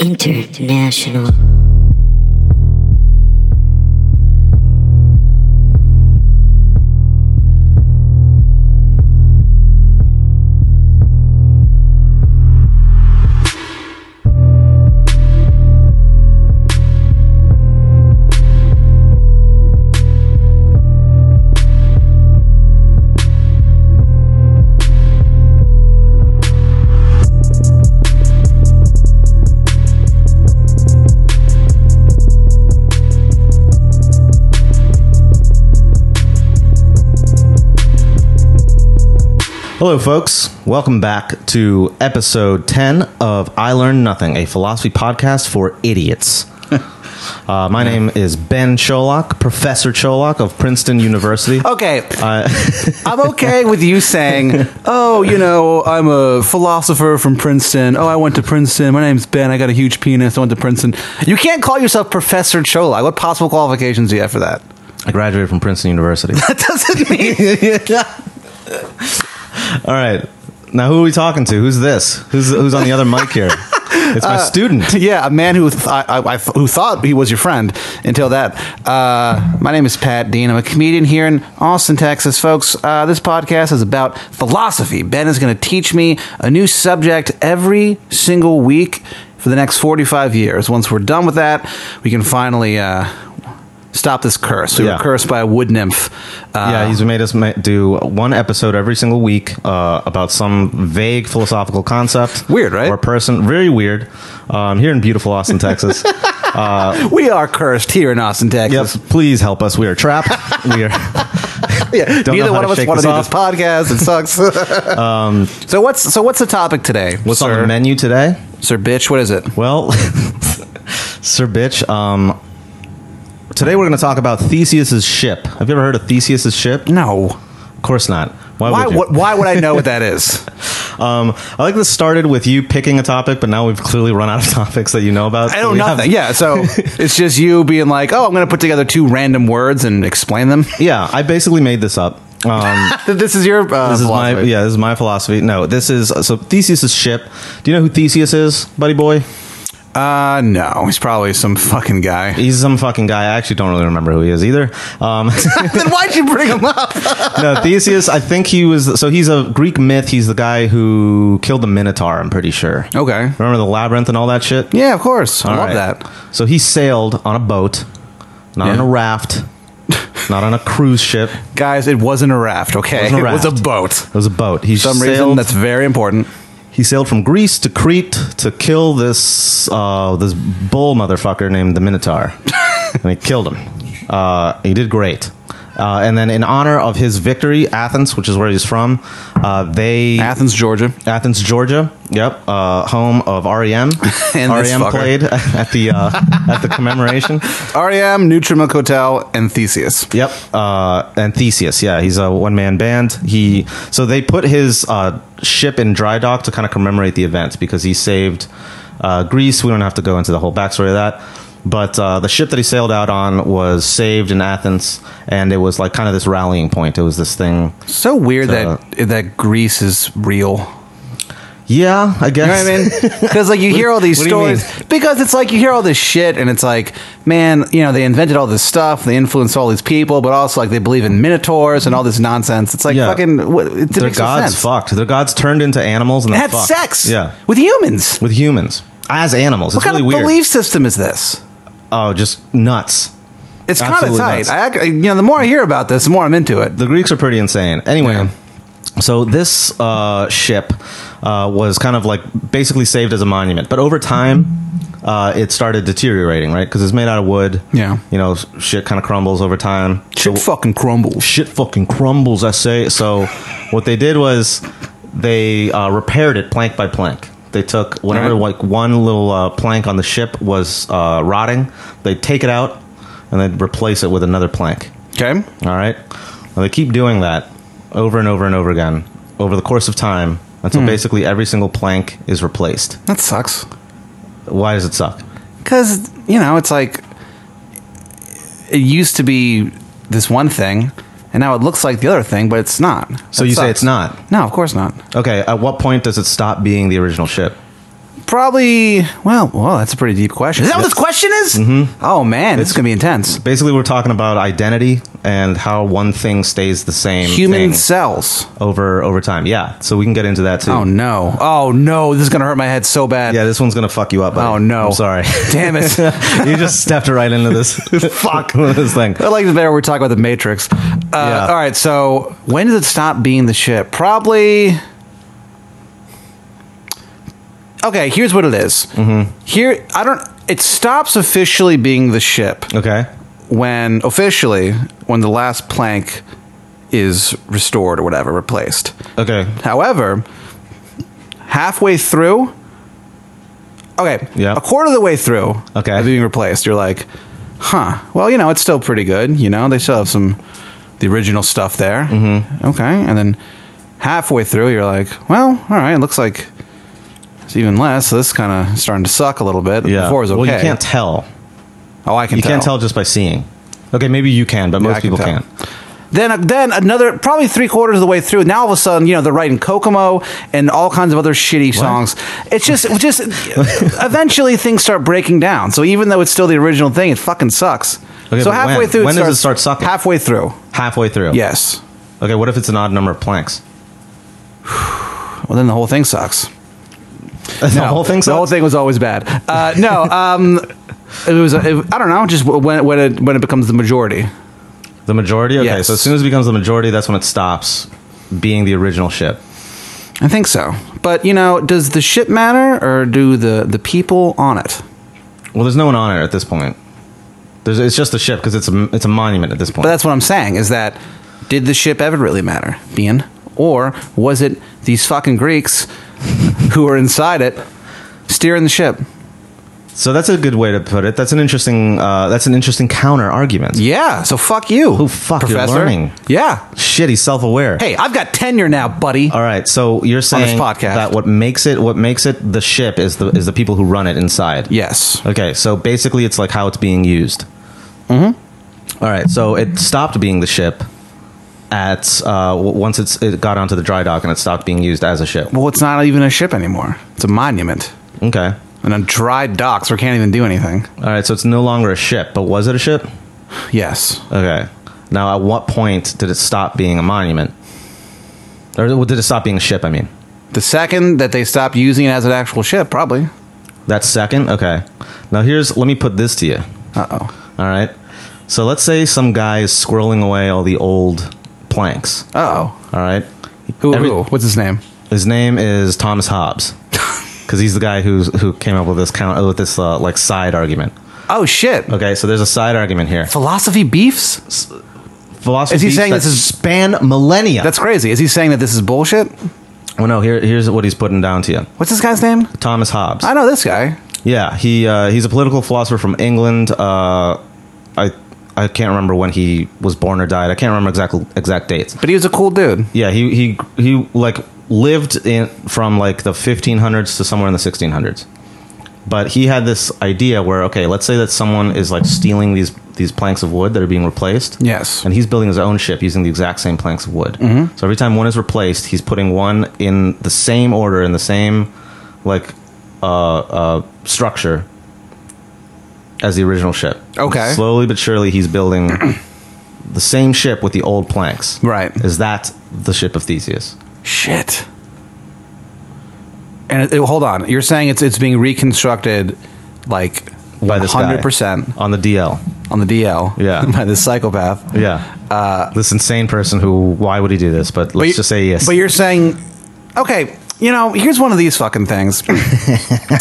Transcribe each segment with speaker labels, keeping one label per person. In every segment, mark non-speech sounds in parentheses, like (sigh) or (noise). Speaker 1: International.
Speaker 2: Hello, folks. Welcome back to episode 10 of I Learned Nothing, a philosophy podcast for
Speaker 3: (laughs)
Speaker 2: idiots. Uh, my name is Ben Cholock, Professor Cholock of Princeton University.
Speaker 3: Okay. I'm okay with you saying, oh, you know, I'm a philosopher from Princeton. Oh, I went to Princeton. My name's Ben. I got a huge penis. I went to Princeton. You can't call yourself Professor Chola. What possible qualifications do you have for that? (laughs)
Speaker 2: I graduated from Princeton University.
Speaker 3: That doesn't mean.
Speaker 2: All right. Now, who are we talking to? Who's this? Who's, who's on the other mic
Speaker 3: (laughs)
Speaker 2: here? It's
Speaker 3: Uh,
Speaker 2: my student.
Speaker 3: yeah, a man who th- I, I, I- who thought he was your friend until that. Uh, my name is Pat Dean. I'm a comedian here in Austin, Texas, folks. Uh, this podcast is about philosophy. Ben is going to teach me a new subject every single week for the next 45 years. Once we're done with that, we can finally. Uh, Stop this curse. We
Speaker 2: Yeah.
Speaker 3: were cursed by a wood nymph. Uh,
Speaker 2: Yeah, he's made us ma- do one episode every single week uh, about some vague philosophical concept.
Speaker 3: Weird, right?
Speaker 2: Or person. Very weird. Um, here in beautiful Austin, Texas.
Speaker 3: (laughs)
Speaker 2: Uh,
Speaker 3: we are cursed here in Austin,
Speaker 2: Yes,
Speaker 3: Texas.
Speaker 2: please help us. We are trapped. we
Speaker 3: (laughs)
Speaker 2: are.
Speaker 3: Yeah,
Speaker 2: Don't know
Speaker 3: Neither
Speaker 2: how
Speaker 3: one
Speaker 2: to
Speaker 3: of us
Speaker 2: shake
Speaker 3: want
Speaker 2: this Um,
Speaker 3: to do this podcast. It
Speaker 2: (laughs)
Speaker 3: sucks. so what's so what's the topic today?
Speaker 2: What's
Speaker 3: sir?
Speaker 2: on the menu today?
Speaker 3: Sir bitch, what is it? (laughs)
Speaker 2: Well, Sir Bitch, um, today we're going to talk about Theseus's ship. Have you ever heard of Theseus's ship?
Speaker 3: No.
Speaker 2: Of course not. Why,
Speaker 3: Why
Speaker 2: would you?
Speaker 3: would, why would I know what that
Speaker 2: (laughs)
Speaker 3: is?
Speaker 2: Um, I like this started with you picking a topic, but now we've clearly run out of (laughs) topics that you know about.
Speaker 3: I
Speaker 2: so
Speaker 3: know
Speaker 2: we have-
Speaker 3: nothing.
Speaker 2: (laughs)
Speaker 3: Yeah, so it's just you being like, "Oh, I'm going to put together two random words and explain them." (laughs)
Speaker 2: Yeah, I basically made this up. Um,
Speaker 3: this is your uh,
Speaker 2: this is my
Speaker 3: philosophy.
Speaker 2: yeah, this is my philosophy. No, this is so Theseus's ship. Do you know who Theseus is, buddy boy?
Speaker 3: Uh no, he's probably some fucking
Speaker 2: (laughs)
Speaker 3: guy.
Speaker 2: He's some fucking guy. I actually don't really remember who he is either. Um, (laughs)
Speaker 3: then why'd you bring him up?
Speaker 2: no, Theseus. I think he was. So he's a Greek myth. He's the guy who killed the Minotaur. I'm pretty sure.
Speaker 3: Okay.
Speaker 2: Remember the labyrinth and all that shit.
Speaker 3: Yeah, of course. I
Speaker 2: All
Speaker 3: love
Speaker 2: right.
Speaker 3: that.
Speaker 2: So he sailed on a boat, not on
Speaker 3: Yeah.
Speaker 2: a raft, not on a cruise ship. It
Speaker 3: Guys, it wasn't a raft, okay?
Speaker 2: Wasn't a
Speaker 3: It was
Speaker 2: raft.
Speaker 3: a boat.
Speaker 2: was a boat. He
Speaker 3: some
Speaker 2: sailed.
Speaker 3: reason that's very important.
Speaker 2: he sailed from Greece to Crete to kill this uh, this bull motherfucker named the
Speaker 3: (laughs)
Speaker 2: Minotaur, and he killed him. Uh, he did great. Uh, and then, in honor of his victory, Athens, which is where he's from, uh, they
Speaker 3: Athens, Georgia.
Speaker 2: Athens, Georgia. Yep, uh, home of REM.
Speaker 3: (laughs) And this
Speaker 2: REM
Speaker 3: fucker.
Speaker 2: E played (laughs) at the uh, at the
Speaker 3: (laughs)
Speaker 2: commemoration.
Speaker 3: REM, Nutrimilk Hotel, and Theseus.
Speaker 2: Yep, uh, and Theseus. Yeah, he's a one man band. He so they put his uh, ship in dry dock to kind of commemorate the event because he saved uh, Greece. We don't have to go into the whole backstory of that. But uh, the ship that he sailed out on was saved in Athens, and it was like kind of this rallying point. It was this thing.
Speaker 3: So weird
Speaker 2: So-
Speaker 3: that that Greece is real.
Speaker 2: Yeah, I
Speaker 3: You know
Speaker 2: guess.
Speaker 3: what I mean? (laughs) Because like you hear all these
Speaker 2: What do you mean?
Speaker 3: stories. Because it's like you hear all this shit, and it's like, man, you know, they invented all this stuff, they influenced all these people, but also like they believe in minotaurs and all this nonsense. It's like
Speaker 2: Yeah.
Speaker 3: fucking. What, it
Speaker 2: Their
Speaker 3: makes no
Speaker 2: gods
Speaker 3: sense.
Speaker 2: fucked. Their gods turned into animals and
Speaker 3: They
Speaker 2: they
Speaker 3: had
Speaker 2: fucked.
Speaker 3: sex.
Speaker 2: Yeah,
Speaker 3: with humans.
Speaker 2: with humans as animals.
Speaker 3: what
Speaker 2: It's
Speaker 3: kind
Speaker 2: really
Speaker 3: of
Speaker 2: weird.
Speaker 3: belief system is this?
Speaker 2: Oh, just nuts.
Speaker 3: It's kind of
Speaker 2: Absolutely
Speaker 3: tight.
Speaker 2: nuts.
Speaker 3: I, ac- you know, the more I hear about this, the more I'm into it.
Speaker 2: The Greeks are pretty insane. Anyway,
Speaker 3: Yeah.
Speaker 2: so this uh, ship uh, was kind of like basically saved as a monument, but over time. Uh, it started deteriorating, right? Because it's made out of wood.
Speaker 3: Yeah.
Speaker 2: you know, s- shit kind of crumbles over time.
Speaker 3: Shit fucking crumbles.
Speaker 2: shit fucking crumbles, I say. So, what they did was they uh, repaired it plank by plank. They took whenever
Speaker 3: Alright.
Speaker 2: like one little uh, plank on the ship was uh, rotting, they'd take it out and they'd replace it with another plank.
Speaker 3: Okay.
Speaker 2: All right. Well, they keep doing that over and over and over again over the course of time until
Speaker 3: Hmm.
Speaker 2: basically every single plank is replaced.
Speaker 3: That sucks.
Speaker 2: Why does it suck?
Speaker 3: Because, you know, it's like it used to be this one thing, and now it looks like the other thing, but it's not.
Speaker 2: So
Speaker 3: That
Speaker 2: you say
Speaker 3: sucks.
Speaker 2: it's not.
Speaker 3: No, of course not.
Speaker 2: Okay. At what point does it stop being the original ship?
Speaker 3: probably well. Well, that's a pretty deep question. Is that what this question is? Mm-hmm. Oh man, it's, gonna be intense.
Speaker 2: Basically, we're talking about identity and how one thing stays the same
Speaker 3: Human
Speaker 2: thing
Speaker 3: cells.
Speaker 2: over over time. Yeah, so we can get into that too.
Speaker 3: Oh no. Oh no. This is gonna hurt my head so bad.
Speaker 2: Yeah, this one's gonna fuck you up. buddy.
Speaker 3: Oh no.
Speaker 2: I'm sorry.
Speaker 3: (laughs) Damn it.
Speaker 2: you just stepped right into
Speaker 3: (laughs)
Speaker 2: this. (laughs) fuck this thing.
Speaker 3: I like it better. We're talking about the Matrix. Uh,
Speaker 2: Yeah.
Speaker 3: All right. So when does it stop being the ship? Probably. Okay. Here's what it is. Here, I don't. It stops officially being the ship
Speaker 2: Okay.
Speaker 3: when officially when the last plank is restored or whatever replaced.
Speaker 2: Okay.
Speaker 3: However, halfway through, okay,
Speaker 2: Yeah.
Speaker 3: a quarter of the way through,
Speaker 2: Okay.
Speaker 3: of being replaced, you're like, huh? Well, you know, it's still pretty good. You know, they still have some the original stuff there. Mm-hmm. Okay, and then halfway through, you're like, well, all right, it looks like it's even less. So this kind of starting to suck a little bit.
Speaker 2: Yeah.
Speaker 3: Before it was okay.
Speaker 2: Well, you can't tell.
Speaker 3: oh, I can.
Speaker 2: You
Speaker 3: tell.
Speaker 2: can't tell just by seeing. Okay, maybe you can, but
Speaker 3: Yeah,
Speaker 2: most
Speaker 3: I can
Speaker 2: people
Speaker 3: tell.
Speaker 2: can't.
Speaker 3: Then, uh, then another probably three quarters of the way through. Now all of a sudden, you know, they're writing Kokomo and all kinds of other shitty songs. It's just,
Speaker 2: (laughs)
Speaker 3: it's just eventually things start breaking down. So even though it's still the original thing, it fucking sucks.
Speaker 2: Okay,
Speaker 3: so
Speaker 2: but
Speaker 3: halfway
Speaker 2: when?
Speaker 3: through,
Speaker 2: When does
Speaker 3: starts,
Speaker 2: it start sucking?
Speaker 3: Halfway through,
Speaker 2: Halfway through.
Speaker 3: yes.
Speaker 2: Okay, what if it's an odd number of planks? (laughs)
Speaker 3: Well, then the whole thing sucks.
Speaker 2: The
Speaker 3: No,
Speaker 2: whole thing.
Speaker 3: The whole
Speaker 2: sucks?
Speaker 3: thing was always bad. Uh,
Speaker 2: (laughs)
Speaker 3: no, um, it was. It, I don't know. Just when when it when it becomes the majority.
Speaker 2: The majority. Okay,
Speaker 3: Yes.
Speaker 2: so as soon as it becomes the majority, that's when it stops being the original ship.
Speaker 3: I think so. But you know, does the ship matter or do the the people on it?
Speaker 2: Well, there's no one on it at this point. There's, it's just a ship because it's a it's a monument at this point.
Speaker 3: But that's what I'm saying is that did the ship ever really matter, Bean? Or was it these fucking Greeks (laughs) who were inside it steering the ship?
Speaker 2: so that's a good way to put it. That's an interesting uh, that's an interesting counter argument.
Speaker 3: Yeah, so fuck you.
Speaker 2: Oh, fuck, you're learning.
Speaker 3: Yeah.
Speaker 2: Shit, he's self aware.
Speaker 3: Hey, I've got tenure now, buddy.
Speaker 2: All right, so you're saying
Speaker 3: podcast.
Speaker 2: that what makes it what makes it the ship is the is the people who run it inside.
Speaker 3: Yes.
Speaker 2: Okay, so basically, it's like how it's being used. Mm-hmm.
Speaker 3: Mm-hmm.
Speaker 2: right, so it stopped being the ship at uh, w- once it's it got onto the dry dock and it stopped being used as a ship.
Speaker 3: Well, it's not even a ship anymore. It's a monument.
Speaker 2: Okay,
Speaker 3: And on dry docks, we can't even do anything.
Speaker 2: all right, so it's no longer a ship, but was it a ship?
Speaker 3: Yes.
Speaker 2: Okay, now at what point did it stop being a monument, or did it stop being a ship? I mean,
Speaker 3: The second that they stopped using it as an actual ship, probably.
Speaker 2: that second. Okay, now here's let me put this to you.
Speaker 3: Uh oh.
Speaker 2: All right, so let's say some guy is squirreling away all the old planks.
Speaker 3: Uh oh.
Speaker 2: All right,
Speaker 3: Who,
Speaker 2: Every-
Speaker 3: who? What's his name?
Speaker 2: His name is Thomas
Speaker 3: (laughs)
Speaker 2: Hobbes, because he's the guy who's who came up with this count with this uh, like side argument.
Speaker 3: Oh, shit.
Speaker 2: Okay, so there's a side argument here.
Speaker 3: Philosophy beefs?
Speaker 2: Philosophy
Speaker 3: Is he
Speaker 2: beefs
Speaker 3: saying
Speaker 2: that
Speaker 3: this is-
Speaker 2: span millennia?
Speaker 3: That's crazy. Is he saying that this is bullshit?
Speaker 2: well, no. Here, here's what he's putting down to you.
Speaker 3: What's this guy's name?
Speaker 2: Thomas Hobbes.
Speaker 3: I know this guy.
Speaker 2: Yeah, he uh, he's a political philosopher from England. Uh, I I can't remember when he was born or died. I can't remember exact exact dates.
Speaker 3: But he was a cool dude.
Speaker 2: Yeah, he he he like lived in from like the 1500s to somewhere in the 1600s. But he had this idea where okay, let's say that someone is like stealing these these planks of wood that are being replaced.
Speaker 3: Yes. Mm-hmm.
Speaker 2: And he's building his own ship using the exact same planks of wood. So every time one is replaced, he's putting one in the same order in the same like uh, uh, structure as the original ship.
Speaker 3: Okay.
Speaker 2: Slowly but surely, he's building (clears throat) the same ship with the old planks.
Speaker 3: Right.
Speaker 2: Is that the ship of Theseus?
Speaker 3: Shit. And it, it- hold on, you're saying it's it's being reconstructed, like
Speaker 2: By this guy.
Speaker 3: hundred percent
Speaker 2: on the DL?
Speaker 3: on the DL.
Speaker 2: Yeah.
Speaker 3: (laughs) by this psychopath.
Speaker 2: Yeah. Uh, this insane person who? Why would he do this? But let's
Speaker 3: you-
Speaker 2: just say yes.
Speaker 3: But you're saying, okay, you know, here's one of these
Speaker 2: (laughs)
Speaker 3: fucking things.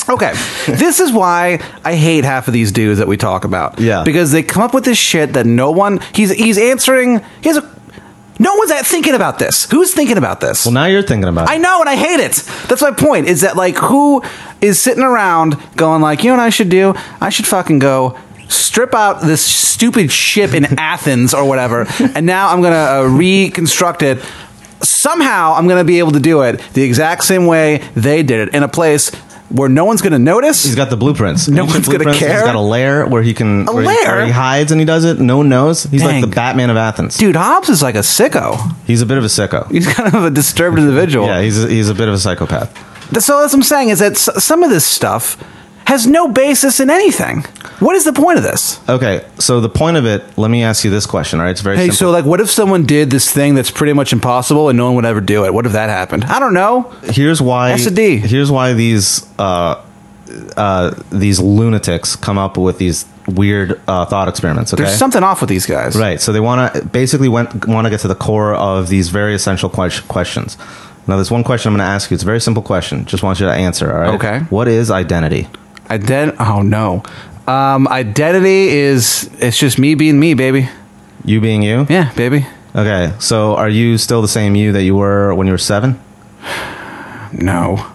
Speaker 3: okay, this is why I hate half of these dudes that we talk about.
Speaker 2: Yeah.
Speaker 3: because they come up with this shit that no one. He's he's answering. He has a. No one's at- thinking about this. Who's thinking about this?
Speaker 2: well, now you're thinking about.
Speaker 3: I
Speaker 2: it.
Speaker 3: know, and I hate it. That's my point. Is that like who is sitting around going like, you know what I should do? I should fucking go strip out this stupid ship in (laughs) Athens or whatever, and now I'm gonna uh, reconstruct it. Somehow I'm gonna be able to do it the exact same way they did it in a place where no one's gonna notice.
Speaker 2: He's got the blueprints.
Speaker 3: No
Speaker 2: Ancient
Speaker 3: one's gonna
Speaker 2: blueprints.
Speaker 3: care.
Speaker 2: He's got a lair where he can. A where He,
Speaker 3: lair?
Speaker 2: where he hides and he does it. No one knows. He's
Speaker 3: Dang.
Speaker 2: like the Batman of Athens.
Speaker 3: Dude, Hobbs is like a sicko.
Speaker 2: He's a bit of a sicko.
Speaker 3: (laughs) He's kind of a disturbed individual.
Speaker 2: Yeah, he's a, he's a bit of a psychopath.
Speaker 3: Th- So that's what I'm saying is that s- some of this stuff has no basis in anything. What is the point of this?
Speaker 2: Okay, so the point of it, let me ask you this question, all right? It's very
Speaker 3: Hey,
Speaker 2: simple.
Speaker 3: so like, what if someone did this thing that's pretty much impossible and no one would ever do it? What if that happened? I don't know.
Speaker 2: here's why
Speaker 3: That's a D.
Speaker 2: here's why these uh, uh, these lunatics come up with these weird uh, thought experiments okay
Speaker 3: There's something off with these guys.
Speaker 2: right so they want to basically want to get to the core of these very essential que- questions now there's one question i'm going to ask you it's a very simple question just want you to answer all right
Speaker 3: Okay.
Speaker 2: what is identity
Speaker 3: Ident. Oh no. Um, identity is it's just me being me, baby.
Speaker 2: you being you
Speaker 3: Yeah, baby.
Speaker 2: okay so are you still the same you that you were when you were seven
Speaker 3: No.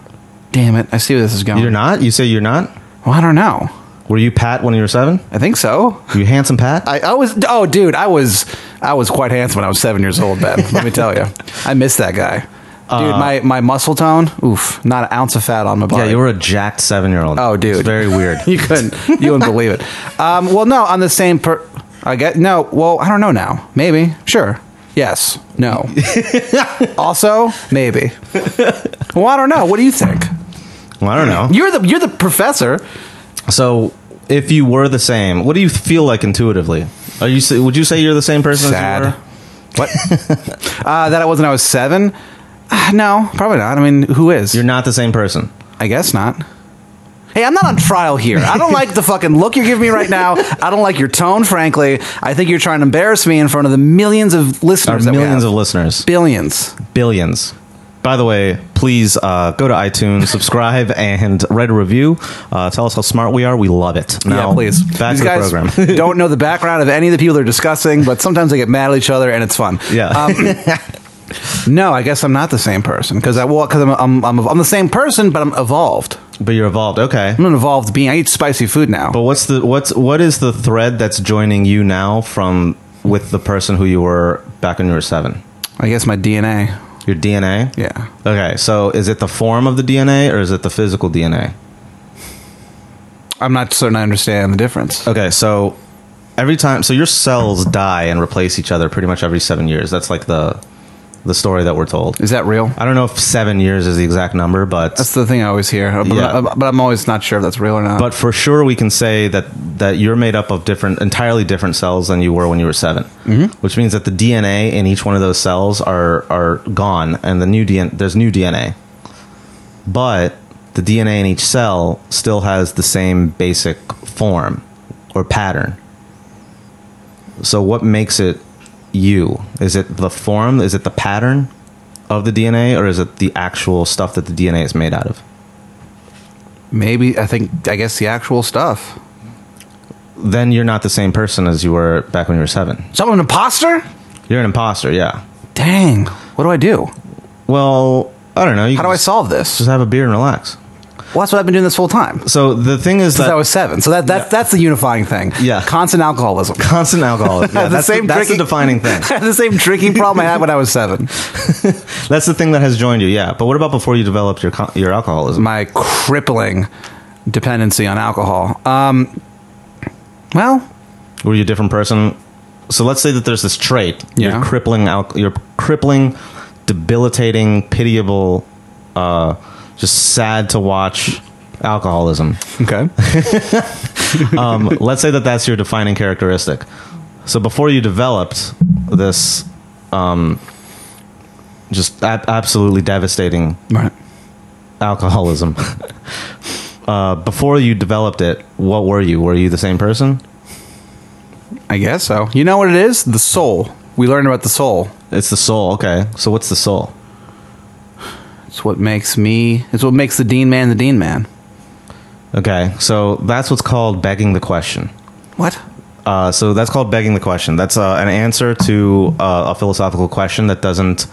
Speaker 3: Damn it! I see where this is going.
Speaker 2: you're not you say you're not
Speaker 3: Well, I don't know.
Speaker 2: were you pat when you were seven
Speaker 3: I think so.
Speaker 2: you handsome pat
Speaker 3: I, I was. Oh, dude, I was. I was quite handsome when I was seven years old. Ben, let me tell you, I miss that guy. Dude, my, my muscle tone, oof, not an ounce of fat on my body.
Speaker 2: Uh, yeah you were a jacked seven-year-old
Speaker 3: Oh, dude,
Speaker 2: it's very weird
Speaker 3: (laughs) you couldn't. You wouldn't believe it. Um, well, no, on the same per. I get no. Well, I don't know now. Maybe. Sure. Yes. No. also, maybe. Well, I don't know. What do you think?
Speaker 2: well, i don't know
Speaker 3: You're the you're the professor.
Speaker 2: So, if you were the same, what do you feel like intuitively? Are you s- would you say you're the same person?
Speaker 3: Sad.
Speaker 2: As you were?
Speaker 3: What? (laughs) uh, that I was when I was seven. Ah, No, probably not. I mean, who is?
Speaker 2: You're not the same person.
Speaker 3: I guess not. Hey, I'm not on trial here. I don't like the fucking look you're giving me right now. I don't like your tone, frankly. I think you're trying to embarrass me in front of the millions of
Speaker 2: Our
Speaker 3: listeners. that we
Speaker 2: millions
Speaker 3: have.
Speaker 2: of listeners,
Speaker 3: billions.
Speaker 2: billions. By the way, please uh, go to iTunes, subscribe, and write a review. Uh, tell us how smart we are. We love it. Now,
Speaker 3: yeah, please.
Speaker 2: Back
Speaker 3: These
Speaker 2: to
Speaker 3: guys
Speaker 2: the
Speaker 3: (laughs)
Speaker 2: program.
Speaker 3: don't know the background of any of the people they're discussing, but sometimes they get mad at each other, and it's fun. Um,
Speaker 2: yeah. (laughs)
Speaker 3: No, I guess I'm not the same person because I well, because I'm, I'm I'm I'm the same person, but I'm evolved.
Speaker 2: but you're evolved. Okay.
Speaker 3: I'm an evolved being. I eat spicy food now.
Speaker 2: But what's the what's what is the thread that's joining you now from with the person who you were back when you were seven?
Speaker 3: I guess my DNA.
Speaker 2: Your DNA.
Speaker 3: Yeah.
Speaker 2: Okay. So, is it the form of the DNA or is it the physical DNA?
Speaker 3: I'm not certain I understand the difference.
Speaker 2: Okay, so every time, so your cells die and replace each other pretty much every seven years. That's like the the story that we're told.
Speaker 3: Is that real?
Speaker 2: I don't know if seven years is the exact number, but
Speaker 3: That's the thing I always hear. But,
Speaker 2: Yeah.
Speaker 3: I'm, uh, but I'm always not sure if that's real or not.
Speaker 2: but for sure we can say that that you're made up of different, entirely different cells than you were when you were 7 mm-hmm. which means that the DNA in each one of those cells are are gone, and the new DNA there's new DNA, but the DNA in each cell still has the same basic form or pattern. So what makes it you? Is it the form? Is it the pattern of the DNA, or is it the actual stuff that the DNA is made out of?
Speaker 3: maybe I think I guess the actual stuff.
Speaker 2: Then you're not the same person as you were back when you were seven.
Speaker 3: So I'm an imposter.
Speaker 2: You're an imposter, yeah.
Speaker 3: Dang. What do I do?
Speaker 2: Well, I don't know. You
Speaker 3: How do
Speaker 2: can
Speaker 3: I
Speaker 2: just-
Speaker 3: solve this?
Speaker 2: Just have a beer and relax.
Speaker 3: Well, that's what I've been doing this whole time.
Speaker 2: So the thing is
Speaker 3: since
Speaker 2: that
Speaker 3: I was seven. So that, that that's the unifying thing.
Speaker 2: Yeah.
Speaker 3: constant alcoholism.
Speaker 2: (laughs)
Speaker 3: (laughs)
Speaker 2: constant alcoholism. Yeah,
Speaker 3: The
Speaker 2: that's
Speaker 3: same
Speaker 2: the, that's the
Speaker 3: drinking-
Speaker 2: defining
Speaker 3: (laughs)
Speaker 2: thing.
Speaker 3: the same drinking problem I had when I was seven.
Speaker 2: That's the thing that has joined you. Yeah, but what about before you developed your con- your alcoholism?
Speaker 3: My crippling dependency on alcohol. Um, well,
Speaker 2: Were you a different person? So let's say that there's this trait.
Speaker 3: Yeah.
Speaker 2: Your crippling al- your crippling, debilitating, pitiable, uh, just sad to watch alcoholism.
Speaker 3: okay.
Speaker 2: um, let's say that that's your defining characteristic. So before you developed this, um, just ab- absolutely devastating
Speaker 3: (laughs) Right.
Speaker 2: alcoholism. (laughs) uh, before you developed it, what were you? Were you the same person?
Speaker 3: I guess so. You know what it is? The soul. We learned about the soul.
Speaker 2: It's the soul. Okay, so what's the soul?
Speaker 3: It's what makes me. It's what makes the Dean man the Dean man.
Speaker 2: Okay, so that's what's called begging the question.
Speaker 3: What?
Speaker 2: Uh, so that's called begging the question. That's uh, an answer to uh, a philosophical question that doesn't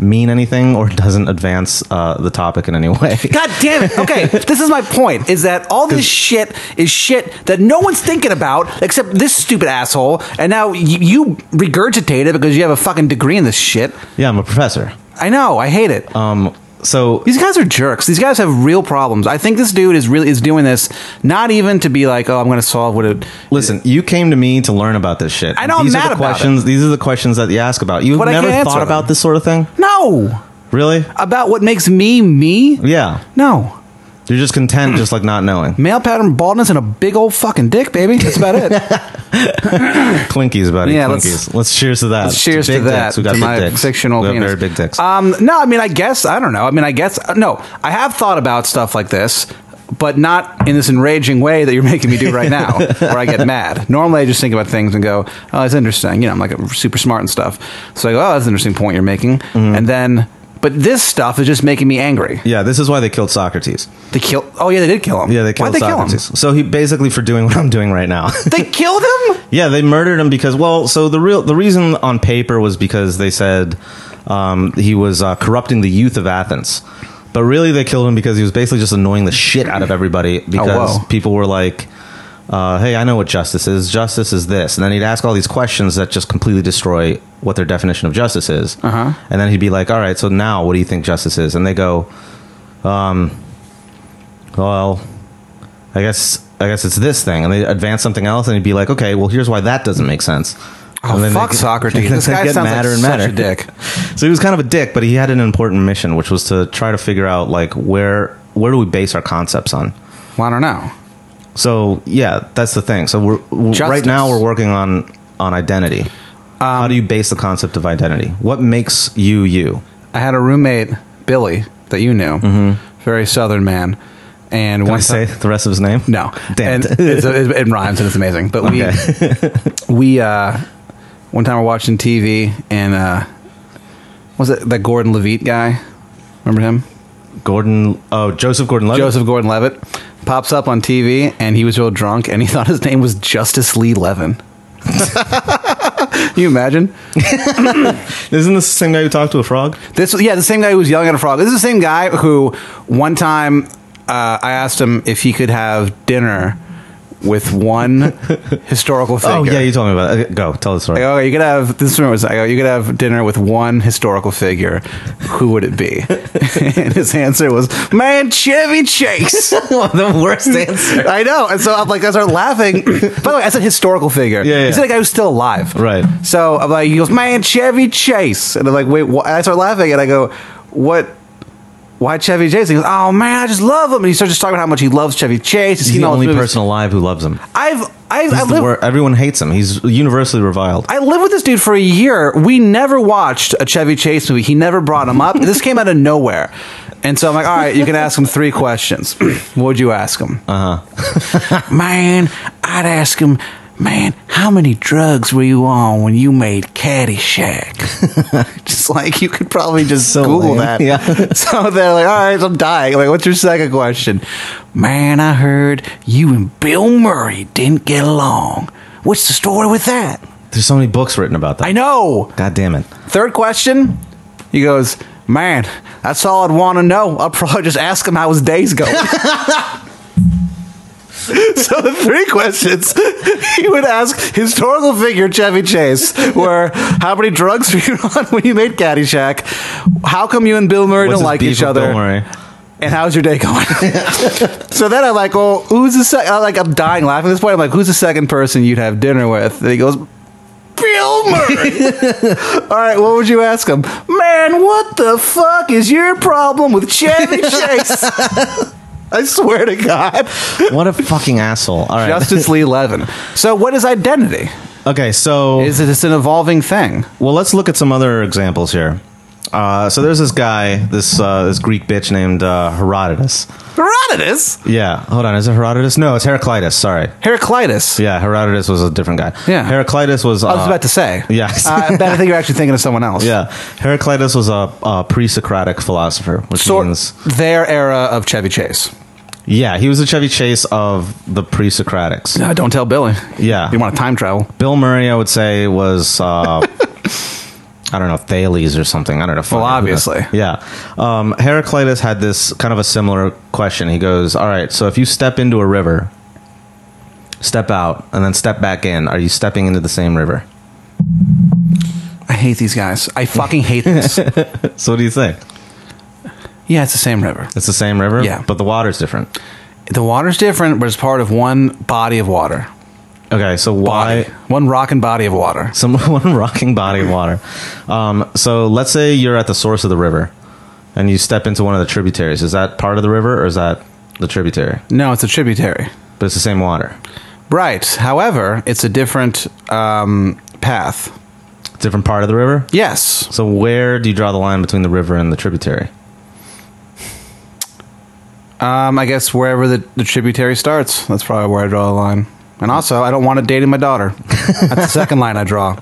Speaker 2: mean anything or (laughs) doesn't advance uh, the topic in any way. (laughs)
Speaker 3: God damn it. Okay, this is my point is that all this shit is shit that no one's thinking about except this stupid asshole. And now you, you regurgitate it because you have a fucking degree in this shit.
Speaker 2: Yeah, I'm a professor.
Speaker 3: I know. I hate it.
Speaker 2: Um, so
Speaker 3: These guys are jerks. These guys have real problems. I think this dude is really is doing this not even to be like, oh, I'm going to solve what it.
Speaker 2: listen, you came to me to learn about this shit.
Speaker 3: I know, I'm
Speaker 2: These
Speaker 3: mad
Speaker 2: are the
Speaker 3: about it.
Speaker 2: questions. These are the questions that you ask about. You've
Speaker 3: But I
Speaker 2: never
Speaker 3: can't answer
Speaker 2: thought about
Speaker 3: them.
Speaker 2: this sort of thing.
Speaker 3: No,
Speaker 2: Really?
Speaker 3: About what makes me me?
Speaker 2: Yeah.
Speaker 3: No.
Speaker 2: You're just content, just like not
Speaker 3: (clears throat)
Speaker 2: knowing.
Speaker 3: Male pattern baldness and a big old fucking dick, baby. That's about it.
Speaker 2: Clinkies, buddy.
Speaker 3: Yeah, let's-
Speaker 2: clinkies. Let's, cheers to that.
Speaker 3: Cheers to
Speaker 2: big
Speaker 3: that.
Speaker 2: Dicks. We got
Speaker 3: to
Speaker 2: big
Speaker 3: my
Speaker 2: dicks.
Speaker 3: fictional
Speaker 2: we got
Speaker 3: penis.
Speaker 2: very big dicks.
Speaker 3: Um, no, I mean, I guess I don't know. I mean, I guess no. I have thought about stuff like this, but not in this enraging way that you're (laughs) making me do right now, where
Speaker 2: (laughs)
Speaker 3: I get mad. Normally, I just think about things and go, "Oh, it's interesting." You know, I'm like super smart and stuff. So I go, "Oh, that's an interesting point you're making,"
Speaker 2: Mm-hmm.
Speaker 3: and then. But this stuff is just making me angry.
Speaker 2: yeah, this is why they killed Socrates.
Speaker 3: They kill. Oh yeah, they did kill him.
Speaker 2: Yeah, they killed
Speaker 3: Why'd they
Speaker 2: Socrates. So he basically for doing (laughs) what I'm doing right now.
Speaker 3: kill him? They killed him.
Speaker 2: Yeah, they murdered him because well, so the real the reason on paper was because they said um, he was uh, corrupting the youth of Athens, but really they killed him because he was basically just annoying the shit out of everybody because
Speaker 3: whoa.
Speaker 2: people were like. Uh, hey, I know what justice is. Justice is this, and then he'd ask all these questions that just completely destroy what their definition of justice is.
Speaker 3: Uh-huh.
Speaker 2: And then he'd be like, "All right, so now what do you think justice is?" And they go, well, I guess I guess it's this thing, and they advance something else, and he'd be like, okay, well, here's why that doesn't make sense.
Speaker 3: Oh,
Speaker 2: And then
Speaker 3: fuck
Speaker 2: they get- (laughs)
Speaker 3: Socrates.
Speaker 2: they
Speaker 3: This guy
Speaker 2: get
Speaker 3: sounds like
Speaker 2: madder and
Speaker 3: such a
Speaker 2: madder.
Speaker 3: dick.
Speaker 2: (laughs) So he was kind of a dick, but he had an important mission, which was to try to figure out like where where do we base our concepts on.
Speaker 3: Well, I don't know.
Speaker 2: So yeah, that's the thing. So we're w- right
Speaker 3: Justice.
Speaker 2: now we're working on on identity. How do you base the concept of identity? What makes you you?
Speaker 3: I had a roommate, Billy, that you knew, very Southern man,
Speaker 2: Mm-hmm.
Speaker 3: and
Speaker 2: Can I
Speaker 3: once
Speaker 2: say the rest of his name?
Speaker 3: no,
Speaker 2: Damn
Speaker 3: and
Speaker 2: it.
Speaker 3: it's, it, it rhymes and it's amazing. But we we uh, one time we're watching TV and uh, was it that Gordon Levitt guy? Remember him?
Speaker 2: (laughs) Gordon. Oh, Joseph Gordon-Levitt.
Speaker 3: Joseph Gordon Levitt pops up on TV and he was real drunk and he (laughs) thought his name was Justice Lee Levin.
Speaker 2: (laughs)
Speaker 3: Can you imagine?
Speaker 2: Isn't this the same guy who talked to a frog?
Speaker 3: This, yeah, the same guy who was yelling at a frog. This is the same guy who one time uh, I asked him if he could have dinner
Speaker 2: (laughs)
Speaker 3: with one historical figure.
Speaker 2: Oh yeah, you told me about it. Okay, Go tell the
Speaker 3: I
Speaker 2: story.
Speaker 3: go, okay, you could have this. One was I go, you could have dinner with one historical figure. Who would it be? (laughs) and his answer was, man,
Speaker 2: (laughs)
Speaker 3: Chevy Chase.
Speaker 2: the worst answer.
Speaker 3: I know. And so I'm like, I start laughing. By the way, I said historical figure.
Speaker 2: Yeah, yeah.
Speaker 3: He said a guy who's still alive.
Speaker 2: Right.
Speaker 3: So I'm like, (laughs) he goes, man, Chevy Chase. And I'm like, wait, what? And I start laughing and I go, what? Why Chevy Chase? He goes, oh man, I just love him. And he starts just talking about how much he loves Chevy Chase. He's
Speaker 2: He's
Speaker 3: seen
Speaker 2: the
Speaker 3: all his
Speaker 2: only
Speaker 3: movies.
Speaker 2: person alive who loves him.
Speaker 3: I've, I've,
Speaker 2: He's
Speaker 3: I
Speaker 2: the
Speaker 3: live,
Speaker 2: wor- everyone hates him. He's universally reviled.
Speaker 3: I lived with this dude for a year. We never watched a Chevy Chase movie. He never brought him up. this came out of nowhere. And so I'm like, all right, you can ask him three questions. (clears throat) what would you ask him? Uh-huh. (laughs) man, I'd ask him, man, how many drugs were you on when you made Caddyshack? (laughs) just like you could probably just
Speaker 2: So
Speaker 3: Google
Speaker 2: lame.
Speaker 3: that.
Speaker 2: Yeah.
Speaker 3: (laughs) so they're like, all right, I'm dying. Like, what's your second question? Man, I heard you and Bill Murray didn't get along. What's the story with that?
Speaker 2: There's so many books written about that.
Speaker 3: I know.
Speaker 2: God damn it.
Speaker 3: Third question, he goes, Man, that's all I'd want to know. I'll probably (laughs) just ask him how his day's going. (laughs) so the three questions (laughs) he would ask historical figure Chevy Chase were how many drugs were you on when you made Caddyshack? How come you and Bill Murray
Speaker 2: What's his
Speaker 3: don't like
Speaker 2: beef
Speaker 3: each
Speaker 2: with
Speaker 3: other?
Speaker 2: Bill
Speaker 3: (laughs)
Speaker 2: Murray?
Speaker 3: and how's your day going? (laughs) so then I'm like, well, who's the second? Like, I'm dying laughing at this point. I'm like, who's the second person you'd have dinner with? And he goes, Bill Murray. (laughs) All right, what would you ask him? Man, what the fuck is your problem
Speaker 2: (laughs)
Speaker 3: with Chevy Chase? I swear to God.
Speaker 2: What a fucking asshole. All right.
Speaker 3: Justice Lee Levin. So, what is identity?
Speaker 2: okay, so
Speaker 3: Is it just an evolving thing?
Speaker 2: well, let's look at some other examples here. Uh, so there's this guy, this uh, this Greek bitch named uh, Herodotus.
Speaker 3: Herodotus?
Speaker 2: Yeah, hold on, is it Herodotus? No, it's Heraclitus. Sorry.
Speaker 3: Heraclitus.
Speaker 2: Yeah, Herodotus was a different guy.
Speaker 3: Yeah.
Speaker 2: Heraclitus was. Uh,
Speaker 3: I was about to say.
Speaker 2: (laughs) Yeah.
Speaker 3: Uh, but (laughs) I think you're actually thinking of someone
Speaker 2: (laughs)
Speaker 3: else.
Speaker 2: Yeah, Heraclitus was a, a pre-Socratic philosopher, which
Speaker 3: Sort
Speaker 2: means
Speaker 3: their era of Chevy Chase.
Speaker 2: yeah, he was the Chevy Chase of the pre-Socratics.
Speaker 3: No, don't tell Billy.
Speaker 2: Yeah.
Speaker 3: You want to time travel.
Speaker 2: Bill Murray, I would say, was uh, (laughs) I don't know Thales or something. I don't know.
Speaker 3: Well, obviously.
Speaker 2: yeah. Um, Heraclitus had this kind of a similar question. He goes, "All right, so if you step into a river, step out, and then step back in, are you stepping into the same river?"
Speaker 3: I hate these guys. I fucking hate this.
Speaker 2: So, what do you think?
Speaker 3: yeah, it's the same river.
Speaker 2: It's the same river,
Speaker 3: Yeah.
Speaker 2: but the water's different.
Speaker 3: The water's different, but it's part of one body of water.
Speaker 2: Okay, so why?
Speaker 3: Body. One rockin' body of water.
Speaker 2: (laughs) Someone rocking body of water. Um, so let's say you're at the source of the river. and you step into one of the tributaries. Is that part of the river or is that the tributary?
Speaker 3: No, it's a tributary.
Speaker 2: But it's the same water,
Speaker 3: Right. However, it's a different um, path.
Speaker 2: different part of the river.
Speaker 3: Yes.
Speaker 2: So where do you draw the line between the river and the tributary?
Speaker 3: Um, I guess wherever the, the tributary starts, that's probably where I draw the line. And also, I don't want it dating my daughter. That's the second line I draw.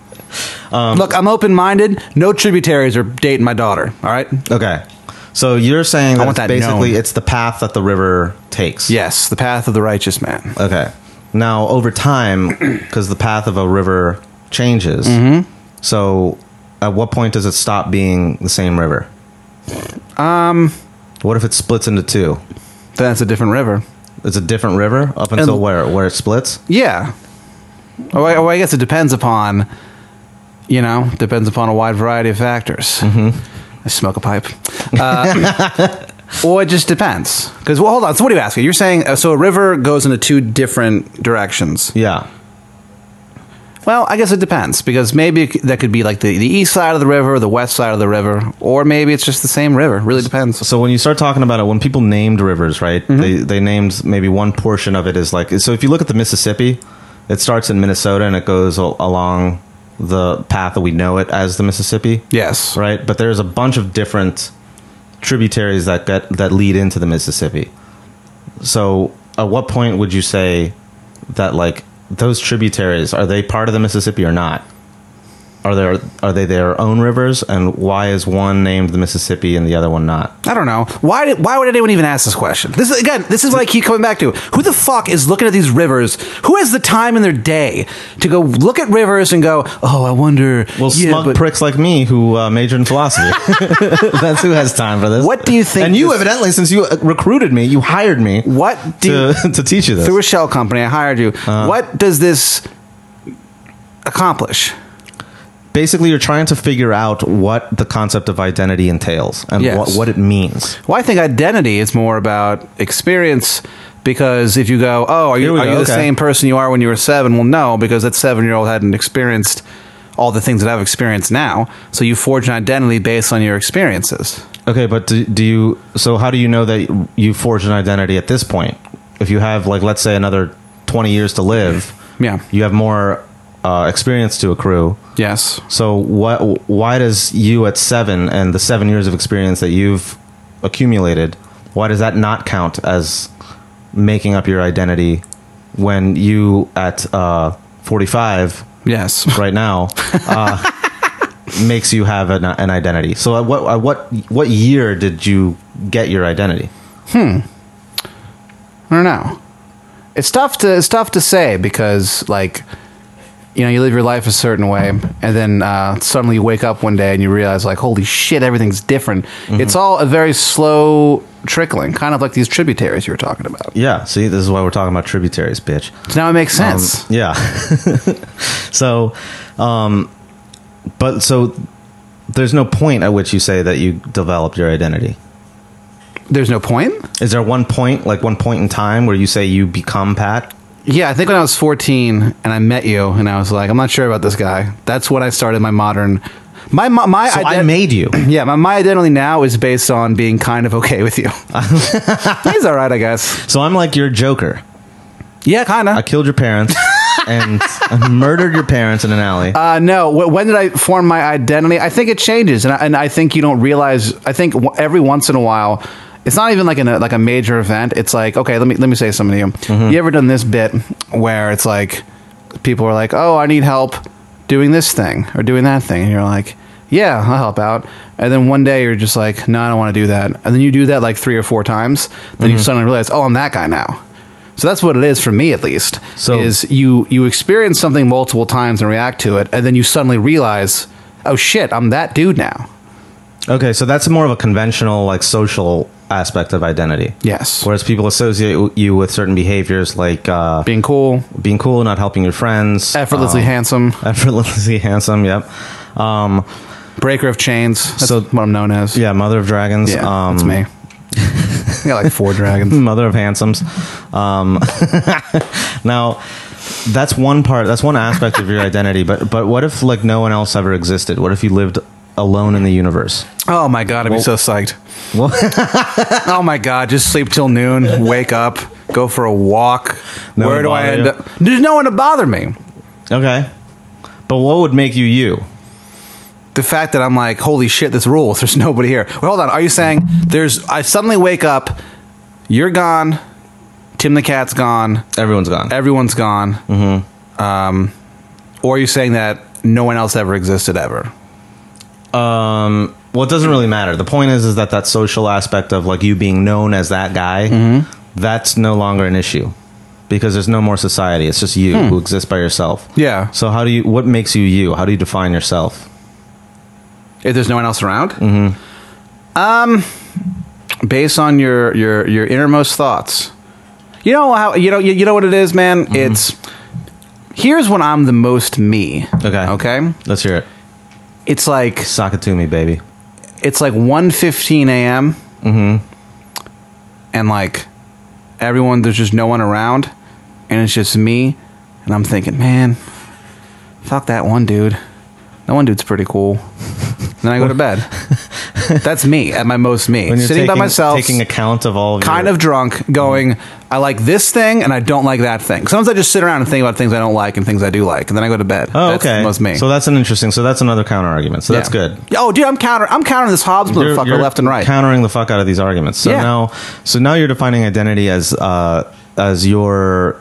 Speaker 3: Look, I'm open minded. No tributaries are dating my daughter. All right.
Speaker 2: Okay. So you're saying that,
Speaker 3: want
Speaker 2: it's
Speaker 3: that
Speaker 2: basically
Speaker 3: known.
Speaker 2: it's the path that the river takes.
Speaker 3: Yes, the path of the righteous man.
Speaker 2: Okay. Now over time, because the path of a river changes. So at what point does it stop being the same river? Um. What if it splits into two?
Speaker 3: Then it's a different river.
Speaker 2: It's a different river up until
Speaker 3: And-
Speaker 2: where where it splits.
Speaker 3: Yeah. Well, I, well, I guess it depends upon, you know, depends upon a wide variety of factors. Mm-hmm. I smoke a pipe. Uh, (laughs) or it just depends. Because, well, hold on. So, what are you asking? You're saying, uh, so a river goes into two different directions.
Speaker 2: Yeah.
Speaker 3: Well, I guess it depends. Because maybe it c- that could be like the, the east side of the river, the west side of the river, or maybe it's just the same river. Really depends.
Speaker 2: So when you start talking about it, when people named rivers, right? They they named maybe one portion of it is like so. If you look at the Mississippi, it starts in Minnesota and it goes al- along the path that we know it as the Mississippi,
Speaker 3: Yes.
Speaker 2: right? But there's a bunch of different tributaries that get, that lead into the Mississippi. So at what point would you say that like those tributaries are they part of the Mississippi or not? Are there are they their own rivers and why is one named the Mississippi and the other one not?
Speaker 3: I don't know. Why did, why would anyone even ask this question? This is again, this is what I keep coming back to. Who the fuck is looking at these rivers? Who has the time in their day to go look at rivers and go, "Oh, I wonder."
Speaker 2: Well,
Speaker 3: yeah,
Speaker 2: smug
Speaker 3: but
Speaker 2: pricks like me who uh, major in (laughs) philosophy. That's who has time for this.
Speaker 3: What do you think
Speaker 2: And you
Speaker 3: this-
Speaker 2: evidently, since you uh, recruited me, you hired me.
Speaker 3: What do
Speaker 2: to, (laughs) to teach you this?
Speaker 3: through a shell company I hired you.
Speaker 2: Uh.
Speaker 3: what does this accomplish?
Speaker 2: Basically, you're trying to figure out what the concept of identity entails and
Speaker 3: Yes.
Speaker 2: what, what it means.
Speaker 3: Well, I think identity is more about experience because if you go, oh, are
Speaker 2: Here
Speaker 3: you,
Speaker 2: we
Speaker 3: are
Speaker 2: go,
Speaker 3: you the
Speaker 2: okay.
Speaker 3: same person you are when you were seven? Well, no, because that seven year old hadn't experienced all the things that I've experienced now. So you forge an identity based on your experiences.
Speaker 2: Okay, but do, do you? So, how do you know that you forged an identity at this point? If you have, like, let's say, another 20 years to live,
Speaker 3: Yeah.
Speaker 2: you have more uh, experience to accrue.
Speaker 3: Yes.
Speaker 2: So what? Why does you at seven and the seven years of experience that you've accumulated, why does that not count as making up your identity when you at uh, forty five
Speaker 3: Yes.
Speaker 2: right now uh, makes you have an, an identity? So at what? At what? What year did you get your identity?
Speaker 3: I don't know. It's tough to it's tough to say because like you know you live your life a certain way and then uh, suddenly you wake up one day and you realize like holy shit everything's different. It's all a very slow trickling, kind of like these tributaries you were talking about.
Speaker 2: Yeah. See, this is why we're talking about tributaries, bitch.
Speaker 3: So now it makes
Speaker 2: Um,
Speaker 3: sense.
Speaker 2: yeah. (laughs) so, um, but so there's no point at which you say that you developed your identity.
Speaker 3: There's no point.
Speaker 2: Is there one point, like one point in time, where you say you become Pat?
Speaker 3: Yeah, I think when I was 14 and I met you and I was like, I'm not sure about this guy. That's when I started my modern my my, my
Speaker 2: So I
Speaker 3: ident-
Speaker 2: made you.
Speaker 3: Yeah, my, my identity now is based on being kind of okay with you. (laughs) He's all right, I guess.
Speaker 2: So I'm like your Joker.
Speaker 3: Yeah, kind
Speaker 2: I
Speaker 3: of.
Speaker 2: killed your parents and I murdered your parents in an alley.
Speaker 3: Uh, no, wh- when did I form my identity? I think it changes, and I, and I think you don't realize. I think w- every once in a while, it's not even like in a, like a major event. It's like, okay, let me let me say something to you. You ever done this bit where it's like people are like, oh, I need help doing this thing or doing that thing, and you're like. Yeah, I'll help out. And then one day you're just like, no, I don't want to do that. And then you do that like three or four times. Then you suddenly realize, oh, I'm that guy now. So that's what it is for me, at least.
Speaker 2: So-
Speaker 3: is you you experience something multiple times and react to it, and then you suddenly realize, oh shit, I'm that dude now.
Speaker 2: okay, so that's more of a conventional, like social aspect of identity.
Speaker 3: Yes,
Speaker 2: Whereas people associate w- you with certain behaviors, like uh,
Speaker 3: being cool,
Speaker 2: being cool, not helping your friends,
Speaker 3: effortlessly
Speaker 2: um,
Speaker 3: handsome,
Speaker 2: effortlessly (laughs) handsome. Yep. Um,
Speaker 3: breaker of chains. That's
Speaker 2: so-
Speaker 3: what I'm known as.
Speaker 2: Yeah, Mother of Dragons.
Speaker 3: yeah,
Speaker 2: um,
Speaker 3: that's me. I got like four
Speaker 2: (laughs)
Speaker 3: dragons.
Speaker 2: Mother of Handsomes. Um, (laughs) now, that's one part. That's one
Speaker 3: (laughs)
Speaker 2: aspect of your identity. But but what if like no one else ever existed? What if you lived alone in the universe?
Speaker 3: Oh my god, I'd be so psyched.
Speaker 2: Well, (laughs)
Speaker 3: Oh my god, just sleep till noon, wake up, go for a walk.
Speaker 2: No
Speaker 3: Where
Speaker 2: one
Speaker 3: do I
Speaker 2: bother
Speaker 3: end
Speaker 2: you?
Speaker 3: up? There's no one to bother me.
Speaker 2: okay. But what would make you you?
Speaker 3: the fact that I'm like, holy shit, this rules. (laughs) There's nobody here. Well, hold on. Are you saying there's? I suddenly wake up. You're gone. Tim the cat's gone.
Speaker 2: Everyone's gone.
Speaker 3: Everyone's gone. Mm-hmm. Um, or are you saying that no one else ever existed ever?
Speaker 2: um well it doesn't really matter the point is is that that social aspect of like you being known as that guy
Speaker 3: Mm-hmm.
Speaker 2: that's no longer an issue because there's no more society it's just you who exists by yourself
Speaker 3: Hmm. Yeah.
Speaker 2: so how do you what makes you you how do you define yourself
Speaker 3: If there's no one else around. Mm-hmm. Um, based on your your your innermost thoughts, you know how you know you, you know what it is, man. It's here's when I'm the most me.
Speaker 2: okay
Speaker 3: Okay.
Speaker 2: let's hear it
Speaker 3: It's like
Speaker 2: sock it to me baby
Speaker 3: it's like 1.15 a.m. Mm-hmm. And like everyone, there's just no one around, and it's just me. And I'm thinking, man, fuck that one dude. That one dude's pretty cool. then I go
Speaker 2: (laughs)
Speaker 3: to bed. That's me at my most me,
Speaker 2: When you're
Speaker 3: sitting by
Speaker 2: taking-
Speaker 3: myself,
Speaker 2: taking account of all of
Speaker 3: kind
Speaker 2: your-
Speaker 3: of drunk, going, I like this thing and I don't like that thing. Sometimes I just sit around and think about things I don't like and things I do like, and then I go to bed.
Speaker 2: oh
Speaker 3: That's
Speaker 2: okay
Speaker 3: the most me.
Speaker 2: so that's an interesting so that's another counter argument so that's
Speaker 3: Yeah.
Speaker 2: good
Speaker 3: Oh, dude, I'm counter. I'm countering this Hobbs
Speaker 2: You're-
Speaker 3: motherfucker
Speaker 2: you're
Speaker 3: left and right.
Speaker 2: countering the fuck out of these arguments. So
Speaker 3: Yeah.
Speaker 2: now, so now you're defining identity as uh, as your,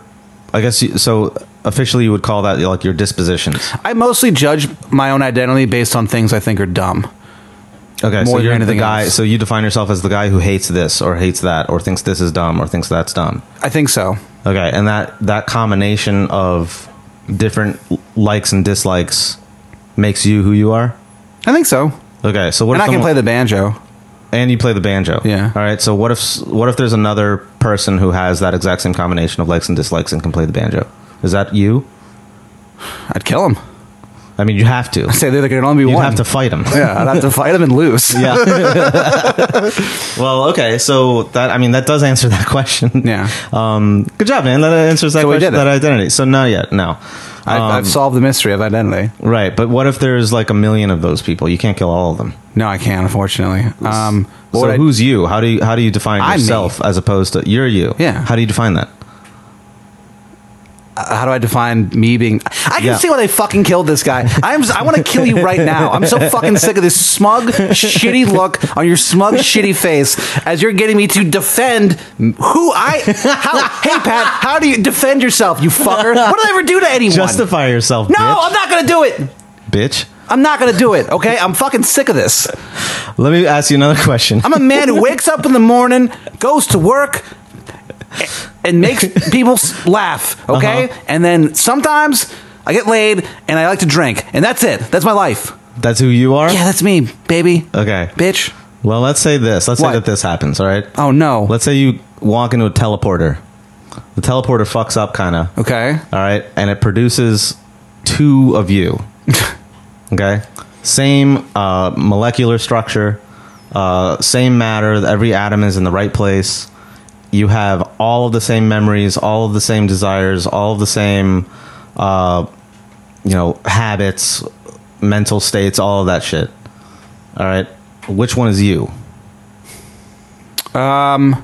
Speaker 2: I guess. You, so officially, you would call that like your dispositions.
Speaker 3: I mostly judge my own identity based on things I think are dumb.
Speaker 2: Okay, so
Speaker 3: More than
Speaker 2: you're the
Speaker 3: anything
Speaker 2: guy.
Speaker 3: else.
Speaker 2: So you define yourself as the guy who hates this or hates that or thinks this is dumb or thinks that's dumb.
Speaker 3: I think so.
Speaker 2: Okay, and that that combination of different likes and dislikes makes you who you are.
Speaker 3: I think so.
Speaker 2: Okay, so what?
Speaker 3: and
Speaker 2: if
Speaker 3: I can
Speaker 2: someone-
Speaker 3: play the banjo.
Speaker 2: and you play the banjo.
Speaker 3: Yeah.
Speaker 2: All right. So what if what if there's another person who has that exact same combination of likes and dislikes and can play the banjo? Is that you?
Speaker 3: I'd kill him.
Speaker 2: I mean, you have
Speaker 3: (laughs)
Speaker 2: to.
Speaker 3: Say there could only be
Speaker 2: You
Speaker 3: one.
Speaker 2: have to fight him.
Speaker 3: (laughs) yeah, I'd have to fight him and
Speaker 2: (laughs)
Speaker 3: lose.
Speaker 2: yeah. (laughs) well, okay. So that I mean that does answer that question.
Speaker 3: (laughs) Yeah.
Speaker 2: Um. Good job, man. That answers that
Speaker 3: So we
Speaker 2: question.
Speaker 3: did it.
Speaker 2: That identity. So not yet. No.
Speaker 3: I,
Speaker 2: Um,
Speaker 3: I've solved the mystery of identity.
Speaker 2: right. But what if there's like a million of those people? You can't kill all of them.
Speaker 3: No, I can't. Unfortunately. Um, what
Speaker 2: so
Speaker 3: would I-
Speaker 2: who's you? How do you how do you define
Speaker 3: I'm me.
Speaker 2: yourself as opposed to you're you?
Speaker 3: Yeah.
Speaker 2: How do you define that?
Speaker 3: how do I define me being? I can
Speaker 2: Yeah.
Speaker 3: see why they fucking killed this guy. I'm. I want to kill you right now. I'm so fucking sick of this smug, shitty look on your smug, shitty face as you're getting me to defend who I. How, hey Pat, how do you defend yourself, you fucker? What did I ever do to anyone?
Speaker 2: Justify yourself.
Speaker 3: no,
Speaker 2: bitch.
Speaker 3: I'm not gonna do it.
Speaker 2: bitch.
Speaker 3: I'm not gonna do it. Okay, I'm fucking sick of this.
Speaker 2: Let me ask you another question.
Speaker 3: I'm a man who wakes up in the morning, goes to work, a- and makes
Speaker 2: (laughs)
Speaker 3: people s- laugh. Okay,
Speaker 2: Uh-huh.
Speaker 3: and then sometimes I get laid, and I like to drink, and that's it. That's my life.
Speaker 2: That's who you are.
Speaker 3: Yeah, that's me, baby.
Speaker 2: Okay.
Speaker 3: bitch.
Speaker 2: Well, let's say this. Let's
Speaker 3: What?
Speaker 2: say that this happens. All right.
Speaker 3: Oh no.
Speaker 2: Let's say you walk into a teleporter. The teleporter fucks up, kind of.
Speaker 3: okay.
Speaker 2: All right, and it produces two of
Speaker 3: (laughs)
Speaker 2: you. okay. Same uh, molecular structure. Uh, same matter. Every atom is in the right place. You have all of the same memories, all of the same desires, all of the same, uh, you know, habits, mental states, all of that shit. All right. Which one is you?
Speaker 3: Um.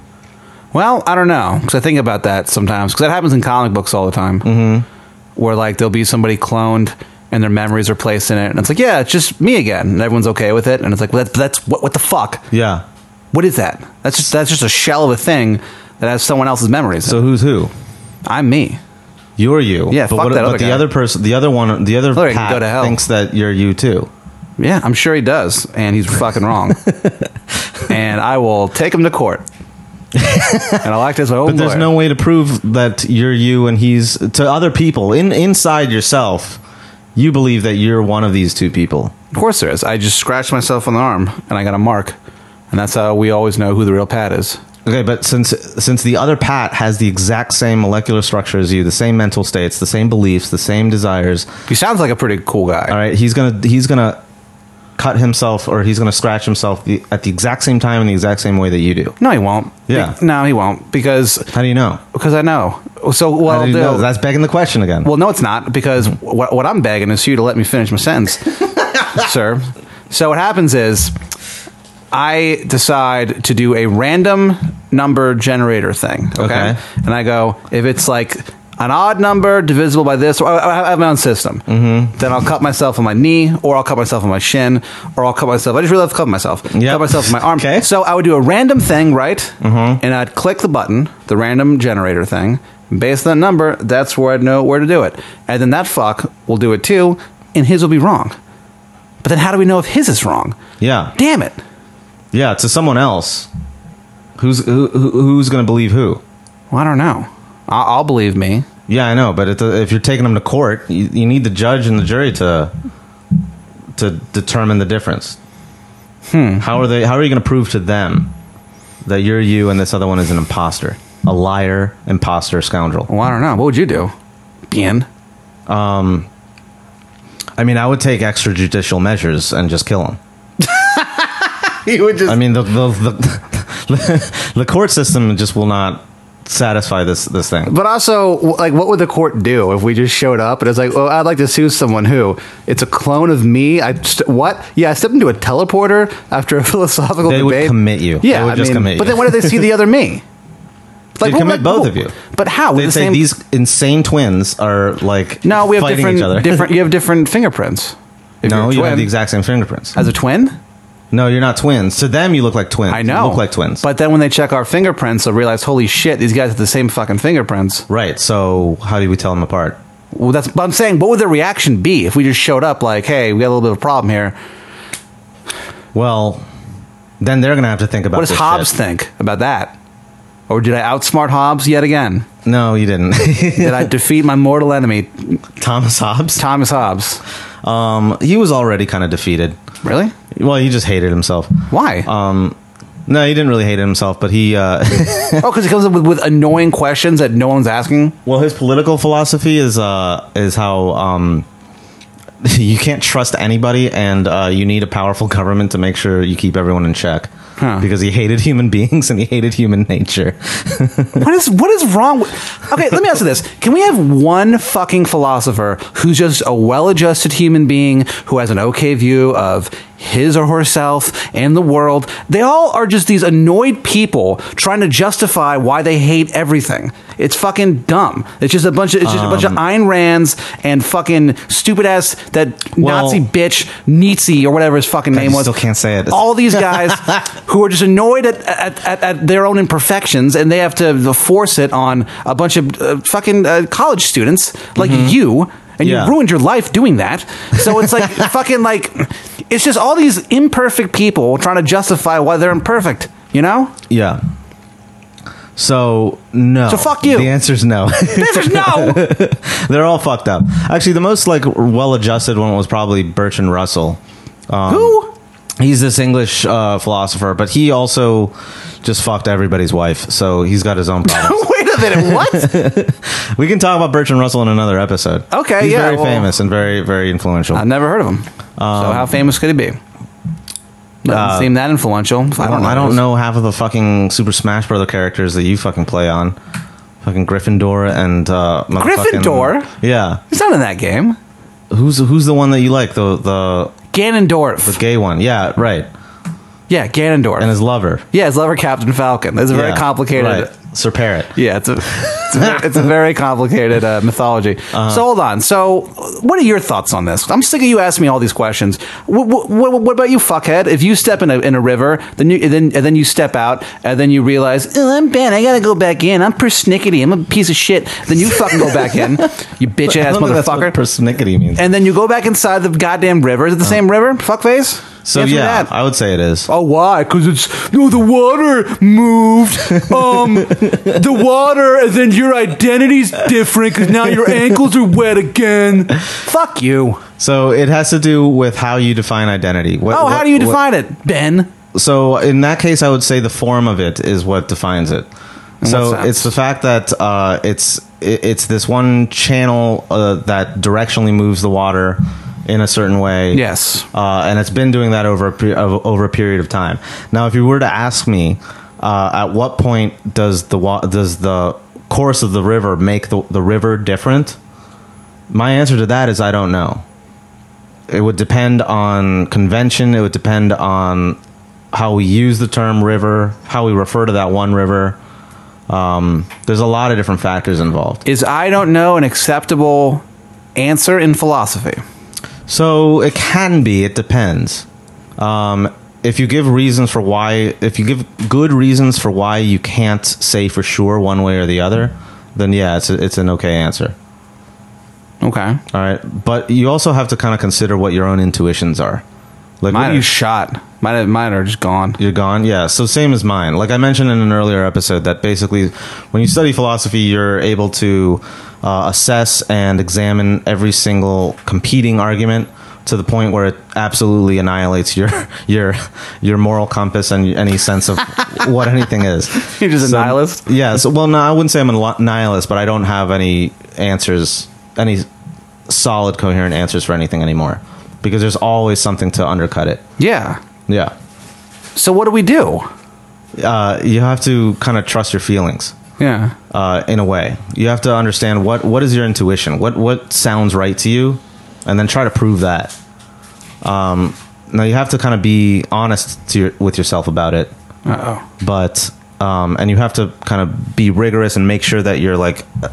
Speaker 3: Well, I don't know because I think about that sometimes because that happens in comic books all the time, mm-hmm. where like there'll be somebody cloned and their memories are placed in it, and it's like, yeah, it's just me again, and everyone's okay with it, and it's like, well, that, that's what what the fuck.
Speaker 2: Yeah.
Speaker 3: What is that? That's just that's just a shell of a thing that has someone else's memories.
Speaker 2: So who's who?
Speaker 3: I'm me.
Speaker 2: You're you.
Speaker 3: Yeah,
Speaker 2: but
Speaker 3: fuck that
Speaker 2: but
Speaker 3: other
Speaker 2: the
Speaker 3: guy.
Speaker 2: other person, the other one, the other
Speaker 3: Other guy can
Speaker 2: Pat
Speaker 3: go to hell.
Speaker 2: thinks that you're you too.
Speaker 3: Yeah, I'm sure he does, and he's
Speaker 2: (laughs)
Speaker 3: fucking wrong. and I will take him to court. and I'll act as my own
Speaker 2: But there's
Speaker 3: lawyer.
Speaker 2: no way to prove that you're you and he's to other people in inside yourself. You believe that you're one of these two people.
Speaker 3: Of course there is. I just scratched myself on the arm, and I got a mark, and that's how we always know who the real Pat is.
Speaker 2: Okay, but since since the other Pat has the exact same molecular structure as you, the same mental states, the same beliefs, the same desires,
Speaker 3: He sounds like a pretty cool guy.
Speaker 2: All right, he's gonna he's gonna cut himself or he's gonna scratch himself the, at the exact same time in the exact same way that you do.
Speaker 3: No, he won't.
Speaker 2: Yeah.
Speaker 3: Be- no, he won't because
Speaker 2: How do you know?
Speaker 3: because I know. So well,
Speaker 2: How do you
Speaker 3: the-
Speaker 2: know? That's begging the question again.
Speaker 3: Well, no, it's not because what, what I'm begging is for you to let me finish my sentence, sir. So what happens is I decide to do a random number generator thing. Okay.
Speaker 2: Okay.
Speaker 3: And I go, if it's like an odd number divisible by this, or I I have my own system, mm-hmm. then I'll cut myself on my knee, or I'll cut myself on my shin, or I'll cut myself. I just really love cutting myself.
Speaker 2: Yeah.
Speaker 3: Cut myself on my arm.
Speaker 2: Okay.
Speaker 3: So I would do a random thing, right? Mm-hmm. And I'd click the button, the random generator thing. Based on that number, that's where I'd know where to do it. And then that fuck will do it too, and his will be wrong. But then how do we know if his is wrong?
Speaker 2: Yeah.
Speaker 3: Damn it.
Speaker 2: Yeah, to someone else. Who's who, who- who's going to believe who?
Speaker 3: Well, I don't know. I- I'll believe me.
Speaker 2: Yeah, I know, but it, if you're taking them to court, you, you need the judge and the jury to to determine the difference. Hmm. How are they? How are you going to prove to them that you're you and this other one is an imposter, a liar, imposter, scoundrel?
Speaker 3: Well, I don't know. What would you do? Bien.
Speaker 2: I mean, I would take extrajudicial measures and just kill him.
Speaker 3: (laughs) You would just.
Speaker 2: I mean, the the, the, (laughs) the court system just will not satisfy this this thing.
Speaker 3: but also, w- like, what would the court do if we just showed up and it's like, oh, I'd like to sue someone who it's a clone of me? I st- what? Yeah, I stepped into a teleporter after a (laughs) philosophical
Speaker 2: They would
Speaker 3: debate.
Speaker 2: commit you.
Speaker 3: Yeah,
Speaker 2: They would
Speaker 3: I
Speaker 2: just
Speaker 3: mean,
Speaker 2: commit you.
Speaker 3: But then, what if they see the other me?
Speaker 2: (laughs)
Speaker 3: Like,
Speaker 2: They'd
Speaker 3: what would
Speaker 2: commit
Speaker 3: I-
Speaker 2: both
Speaker 3: what-
Speaker 2: of you.
Speaker 3: But how? With
Speaker 2: They'd
Speaker 3: the
Speaker 2: say
Speaker 3: same-
Speaker 2: these insane twins are like
Speaker 3: No, we have
Speaker 2: fighting
Speaker 3: different.
Speaker 2: each other.
Speaker 3: different. You have different fingerprints.
Speaker 2: (laughs)
Speaker 3: If
Speaker 2: no, you
Speaker 3: you're a
Speaker 2: have
Speaker 3: twin-
Speaker 2: the exact same fingerprints.
Speaker 3: as a twin.
Speaker 2: No, you're not twins. To them, you look like twins.
Speaker 3: I know.
Speaker 2: You look like twins.
Speaker 3: But then when they check our fingerprints, they'll realize, holy shit, these guys have the same fucking fingerprints.
Speaker 2: right. So how do we tell them apart?
Speaker 3: Well, that's. But I'm saying, what would their reaction be if we just showed up like, hey, we got a little bit of a problem here?
Speaker 2: Well, then they're gonna have to think about
Speaker 3: What does
Speaker 2: this
Speaker 3: Hobbes
Speaker 2: shit.
Speaker 3: think about that? Or did I outsmart Hobbes yet again?
Speaker 2: No, you didn't. (laughs)
Speaker 3: Did I defeat my mortal enemy,
Speaker 2: Thomas Hobbes.
Speaker 3: Thomas Hobbes?
Speaker 2: Um, he was already kind of defeated.
Speaker 3: Really?
Speaker 2: Well, he just hated himself.
Speaker 3: Why?
Speaker 2: Um, no, he didn't really hate himself, but he. Uh, (laughs)
Speaker 3: oh, because he comes up with, with annoying questions that no one's asking.
Speaker 2: well, his political philosophy is uh, is how um, (laughs) you can't trust anybody, and uh, you need a powerful (laughs) government to make sure you keep everyone in check.
Speaker 3: Huh.
Speaker 2: Because he hated human (laughs) beings and he hated human nature. (laughs)
Speaker 3: What is what is wrong with Okay, let me ask you this. Can we have one fucking philosopher who's just a well-adjusted human being who has an okay view of his or herself and the world? They all are just these annoyed people trying to justify why they hate everything. It's fucking dumb. It's just a bunch of it's just a bunch of Ayn Rands and fucking stupid ass that
Speaker 2: Well-
Speaker 3: Nazi bitch Nietzsche or whatever his fucking name
Speaker 2: you
Speaker 3: was.
Speaker 2: still can't say it.
Speaker 3: All these guys
Speaker 2: (laughs)
Speaker 3: who are just annoyed at, at, at, at their own imperfections and they have to uh, force it on a bunch of uh, fucking uh, college students like you. And
Speaker 2: Mm-hmm. Yeah.
Speaker 3: you ruined your life doing that. So it's
Speaker 2: (laughs)
Speaker 3: like fucking like, it's just all these imperfect people trying to justify why they're imperfect, you know?
Speaker 2: Yeah. So no.
Speaker 3: So fuck you.
Speaker 2: The answer's no. (laughs)
Speaker 3: There's no.
Speaker 2: They're all fucked up. Actually, the most like well-adjusted one was probably Bertrand Russell. Um,
Speaker 3: Who?
Speaker 2: He's this English uh, philosopher, but he also just fucked everybody's wife. So he's got his own problem.
Speaker 3: (laughs) Wait a
Speaker 2: (laughs)
Speaker 3: minute. What?
Speaker 2: we can talk about Bertrand Russell in another episode.
Speaker 3: Okay,
Speaker 2: He's
Speaker 3: yeah,
Speaker 2: very
Speaker 3: well-
Speaker 2: famous and very very influential.
Speaker 3: I've never heard of him. so how famous could he be? Doesn't
Speaker 2: Um, Uh,
Speaker 3: seem that influential. I don't,
Speaker 2: I don't,
Speaker 3: know.
Speaker 2: I don't know half of the fucking Super Smash Brother characters that you fucking play on. Fucking Gryffindor and uh, motherfucking-
Speaker 3: Gryffindor?
Speaker 2: Yeah,
Speaker 3: He's not in that game.
Speaker 2: who's who's the one that you like? The the
Speaker 3: Ganondorf.
Speaker 2: the gay one. Yeah, right.
Speaker 3: Yeah, Ganondorf.
Speaker 2: And his lover.
Speaker 3: yeah, his lover Captain Falcon. It's a very
Speaker 2: Yeah,
Speaker 3: complicated.
Speaker 2: right. Sir Parrot.
Speaker 3: Yeah, it's a it's a, ver- it's a very complicated uh, mythology.
Speaker 2: Uh-huh.
Speaker 3: So hold on. So what are your thoughts on this? I'm sick of you asking me all these questions. What, what, what about you, fuckhead? If you step in a, in a river, then you then and then you step out, and then you realize, oh, I'm bad. I gotta go back in. I'm persnickety. I'm a piece of shit. Then you fucking go
Speaker 2: (laughs)
Speaker 3: back in, you bitch
Speaker 2: I
Speaker 3: ass
Speaker 2: don't think that's what
Speaker 3: motherfucker.
Speaker 2: persnickety means.
Speaker 3: and then you go back inside the goddamn river. Is it the same river? Fuckface.
Speaker 2: Uh-huh. so
Speaker 3: Answer me
Speaker 2: yeah,
Speaker 3: that.
Speaker 2: I would say it is.
Speaker 3: Oh, why? Because it's no, the water (laughs) moved. Um, the water, and then your identity's different because now your ankles are wet again. Fuck you.
Speaker 2: So it has to do with how you define identity. What,
Speaker 3: Oh,
Speaker 2: what-
Speaker 3: how do you
Speaker 2: what-
Speaker 3: define it, Ben?
Speaker 2: so in that case, I would say the form of it is what defines it. So
Speaker 3: sense?
Speaker 2: it's the fact that uh, it's it- it's this one channel uh, that directionally moves the water in a certain way.
Speaker 3: Yes.
Speaker 2: uh, and it's been doing that over a pe- of- over a period of time. Now, if you were to ask me, uh, at what point does the wa- does the course of the river make the, the river different? My answer to that is I don't know. It would depend on convention. It would depend on how we use the term river, how we refer to that one river. Um, there's a lot of different factors involved.
Speaker 3: Is I don't know an acceptable answer in philosophy?
Speaker 2: So it can be. It depends. Um, if you give reasons for why, if you give good reasons for why you can't say for sure one way or the other, then yeah, it's a, it's an okay answer.
Speaker 3: Okay.
Speaker 2: All right, but you also have to kind of consider what your own intuitions are. Like what
Speaker 3: Mine
Speaker 2: do you
Speaker 3: are shot. Mine, mine are just gone.
Speaker 2: You're gone. Yeah. So same as mine. Like I mentioned in an earlier episode, that basically, when you study philosophy, you're able to uh, assess and examine every single competing argument to the point where it absolutely annihilates your (laughs) your your moral compass and any sense of (laughs) what anything is.
Speaker 3: (laughs) You're just a nihilist?
Speaker 2: Yeah. So well, no, I wouldn't say I'm a li- nihilist, but I don't have any answers, any solid, coherent answers for anything anymore, because there's always something to undercut it.
Speaker 3: Yeah.
Speaker 2: Yeah
Speaker 3: So what do we do?
Speaker 2: uh, you have to kind of trust your feelings
Speaker 3: Yeah.
Speaker 2: uh, in a way. You have to understand what what is your intuition, what what sounds right to you, and then try to prove that. Um, now you have to kind of be honest to your, with yourself about it,
Speaker 3: Uh oh.
Speaker 2: but um, and you have to kind of be rigorous and make sure that you're like, uh,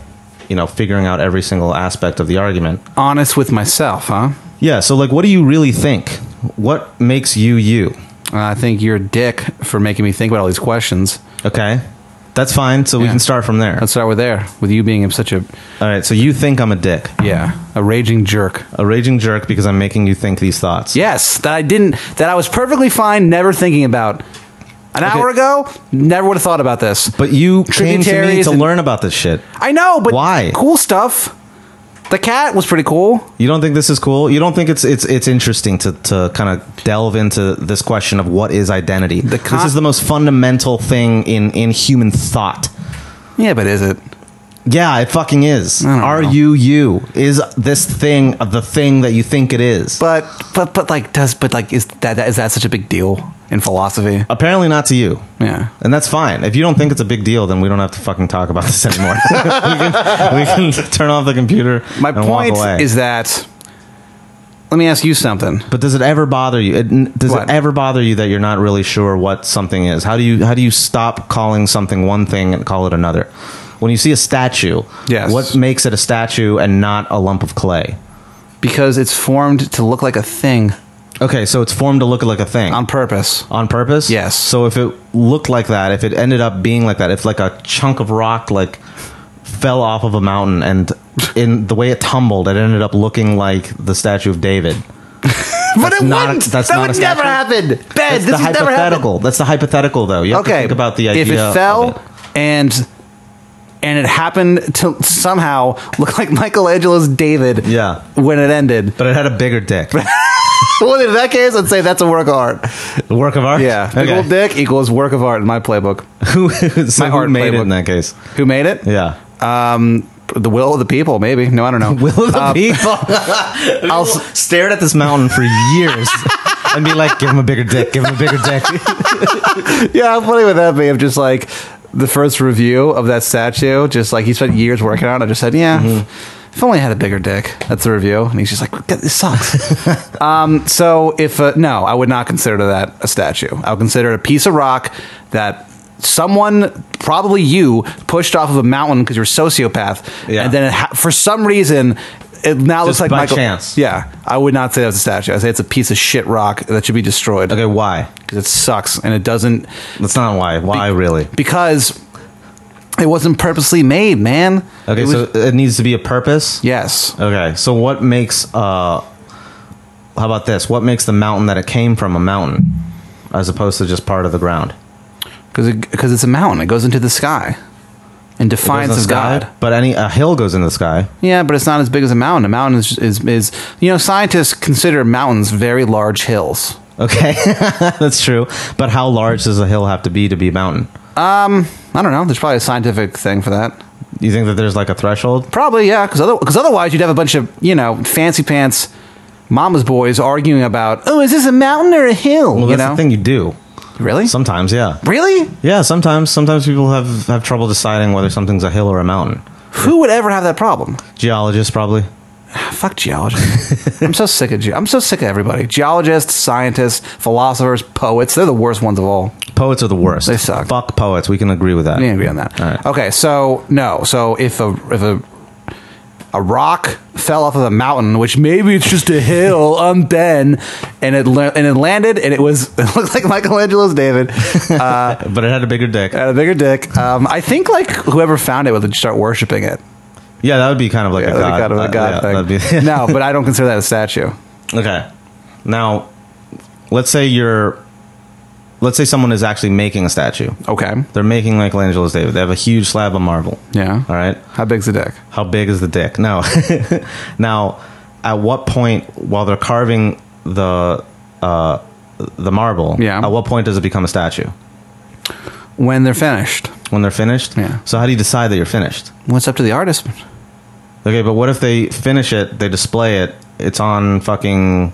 Speaker 2: you know, figuring out every single aspect of the argument.
Speaker 3: Honest with myself, huh?
Speaker 2: Yeah. So like, what do you really think? What makes you you?
Speaker 3: I think you're a dick for making me think about all these questions.
Speaker 2: Okay, that's fine. So we
Speaker 3: Yeah.
Speaker 2: can start from there.
Speaker 3: Let's start with there, with you being such a
Speaker 2: All right. So you think I'm a dick.
Speaker 3: yeah, a raging jerk.
Speaker 2: a raging jerk because I'm making you think these thoughts.
Speaker 3: Yes, that I didn't, that I was perfectly fine, never thinking about. An hour ago, never would have thought about this.
Speaker 2: But you came to me
Speaker 3: Tributaries
Speaker 2: to
Speaker 3: and-
Speaker 2: learn about this shit.
Speaker 3: I know, but
Speaker 2: Why?
Speaker 3: Cool stuff. The cat was pretty cool.
Speaker 2: You don't think this is cool? You don't think it's it's it's interesting to, to kind of delve into this question of what is identity?
Speaker 3: con-
Speaker 2: this is the most fundamental thing in in human thought.
Speaker 3: Yeah, but is it?
Speaker 2: Yeah, it fucking is.
Speaker 3: don't
Speaker 2: Are
Speaker 3: know.
Speaker 2: you you? Is this thing the thing that you think it is?
Speaker 3: But but but like does but like is that, that is that such a big deal in philosophy?
Speaker 2: Apparently not to you.
Speaker 3: Yeah.
Speaker 2: And that's fine. If you don't think it's a big deal, then we don't have to fucking talk about this (laughs) anymore. we, can, we can turn off the computer.
Speaker 3: My
Speaker 2: and walk
Speaker 3: point
Speaker 2: away.
Speaker 3: is that let me ask you something.
Speaker 2: But does it ever bother you? It, does
Speaker 3: What?
Speaker 2: it ever bother you that you're not really sure what something is? How do you how do you stop calling something one thing and call it another? When you see a statue,
Speaker 3: Yes.
Speaker 2: what makes it a statue and not a lump of clay?
Speaker 3: Because it's formed to look like a thing
Speaker 2: Okay, so it's formed to look like a thing
Speaker 3: on purpose.
Speaker 2: on purpose.
Speaker 3: Um, Yes.
Speaker 2: So if it looked like that, if it ended up being like that, if like a chunk of rock like fell off of a mountain and in the way it tumbled, it ended up looking like the statue of David.
Speaker 3: But it
Speaker 2: not-
Speaker 3: wouldn't.
Speaker 2: that's
Speaker 3: that
Speaker 2: not
Speaker 3: would
Speaker 2: a
Speaker 3: never happen. Ben,
Speaker 2: That's
Speaker 3: this
Speaker 2: the
Speaker 3: has never happened.
Speaker 2: hypothetical. That's the hypothetical, though. You have to
Speaker 3: Okay.
Speaker 2: think about the idea.
Speaker 3: If it
Speaker 2: of
Speaker 3: fell
Speaker 2: it.
Speaker 3: and and it happened to somehow look like Michelangelo's David
Speaker 2: Yeah.
Speaker 3: when it ended.
Speaker 2: But it had a bigger
Speaker 3: (laughs)
Speaker 2: dick.
Speaker 3: Well, in that case, I'd say that's a work of art.
Speaker 2: The work of art.
Speaker 3: Yeah. Big
Speaker 2: Okay.
Speaker 3: old dick equals work of art in my playbook.
Speaker 2: (laughs) Who, so
Speaker 3: My
Speaker 2: who
Speaker 3: art
Speaker 2: made it
Speaker 3: playbook.
Speaker 2: in that case?
Speaker 3: Who made it?
Speaker 2: Yeah.
Speaker 3: (laughs) Um, the will of the people, maybe. No, I don't know.
Speaker 2: (laughs) Will of the
Speaker 3: (laughs)
Speaker 2: people. I'll s- stared at this mountain for years (laughs) and be like, "Give him a bigger dick. Give him a bigger
Speaker 3: (laughs)
Speaker 2: dick."
Speaker 3: yeah, how funny would that be? Of just like the first review of that statue, just like he spent years working on it. I just said, yeah.
Speaker 2: Mm-hmm.
Speaker 3: If only I had a bigger dick. That's the review, and he's just like, "God, "This
Speaker 2: (laughs)
Speaker 3: sucks." um, so, if uh, no, I would not consider that a statue. I would consider it a piece of rock that someone, probably you, pushed off of a mountain because you're a sociopath,
Speaker 2: Yeah.
Speaker 3: and then it ha- for some reason, it now looks
Speaker 2: Just
Speaker 3: like
Speaker 2: by
Speaker 3: Michael.
Speaker 2: chance.
Speaker 3: Yeah, I would not say that's a statue. I say it's a piece of shit rock that should be destroyed
Speaker 2: okay, why?
Speaker 3: because it sucks and it doesn't
Speaker 2: That's not why. Why really?
Speaker 3: because it wasn't purposely made, man.
Speaker 2: Okay,
Speaker 3: It
Speaker 2: so
Speaker 3: was-
Speaker 2: it needs to be a purpose.
Speaker 3: yes,
Speaker 2: Okay, so what makes uh, how about this? What makes the mountain that it came from a mountain, as opposed to just part of the ground?
Speaker 3: because because it's a mountain. It goes into the sky and
Speaker 2: It goes in
Speaker 3: defiance
Speaker 2: the
Speaker 3: of
Speaker 2: sky,
Speaker 3: God.
Speaker 2: But any a hill goes in the sky.
Speaker 3: Yeah, but it's not as big as a mountain. A mountain is, is is you know scientists consider mountains very large hills.
Speaker 2: Okay, (laughs) that's true. But how large does a hill have to be to be a mountain?
Speaker 3: I don't know. There's probably a scientific thing for that.
Speaker 2: You think that there's like a threshold?
Speaker 3: Probably yeah, because other, 'cause otherwise you'd have a bunch of you know fancy pants mama's boys arguing about oh is this a mountain or a hill?
Speaker 2: Well,
Speaker 3: you
Speaker 2: that's
Speaker 3: know
Speaker 2: the thing you do.
Speaker 3: really
Speaker 2: Sometimes, yeah,
Speaker 3: really
Speaker 2: yeah. Sometimes, sometimes people have have trouble deciding whether something's a hill or a mountain.
Speaker 3: who would ever have that problem?
Speaker 2: Geologists probably.
Speaker 3: Fuck geologists. (laughs) I'm so sick of ge- I'm so sick of everybody. Geologists, scientists, philosophers, poets. They're the worst ones of all.
Speaker 2: Poets are the worst.
Speaker 3: They suck.
Speaker 2: Fuck poets. We can agree with that.
Speaker 3: We agree on that.
Speaker 2: All right.
Speaker 3: Okay, so no, so if a if a a rock fell off of a mountain, which maybe it's just a hill on Ben, and it la- and it landed, and it was (laughs) it looked like Michelangelo's David, uh,
Speaker 2: But it had a bigger dick.
Speaker 3: had a bigger dick. Um, I think like whoever found it would start worshiping it.
Speaker 2: Yeah, that would be kind of like
Speaker 3: Yeah,
Speaker 2: a god.
Speaker 3: kind of a
Speaker 2: That-
Speaker 3: god
Speaker 2: yeah,
Speaker 3: thing.
Speaker 2: that'd be- (laughs)
Speaker 3: no, but I don't consider that a statue.
Speaker 2: Okay. Now, let's say you're, let's say someone is actually making a statue.
Speaker 3: Okay,
Speaker 2: They're making Michelangelo's David. They have a huge slab of marble.
Speaker 3: yeah.
Speaker 2: All right.
Speaker 3: How big's the dick?
Speaker 2: How big is the dick? No. (laughs) now, at what point while they're carving the uh, the marble?
Speaker 3: Yeah.
Speaker 2: At what point does it become a statue?
Speaker 3: When they're finished,
Speaker 2: When they're finished.
Speaker 3: Yeah.
Speaker 2: So how do you decide that you're finished?
Speaker 3: what's up to the artist?
Speaker 2: Okay, but what if they finish it? They display it. It's on fucking,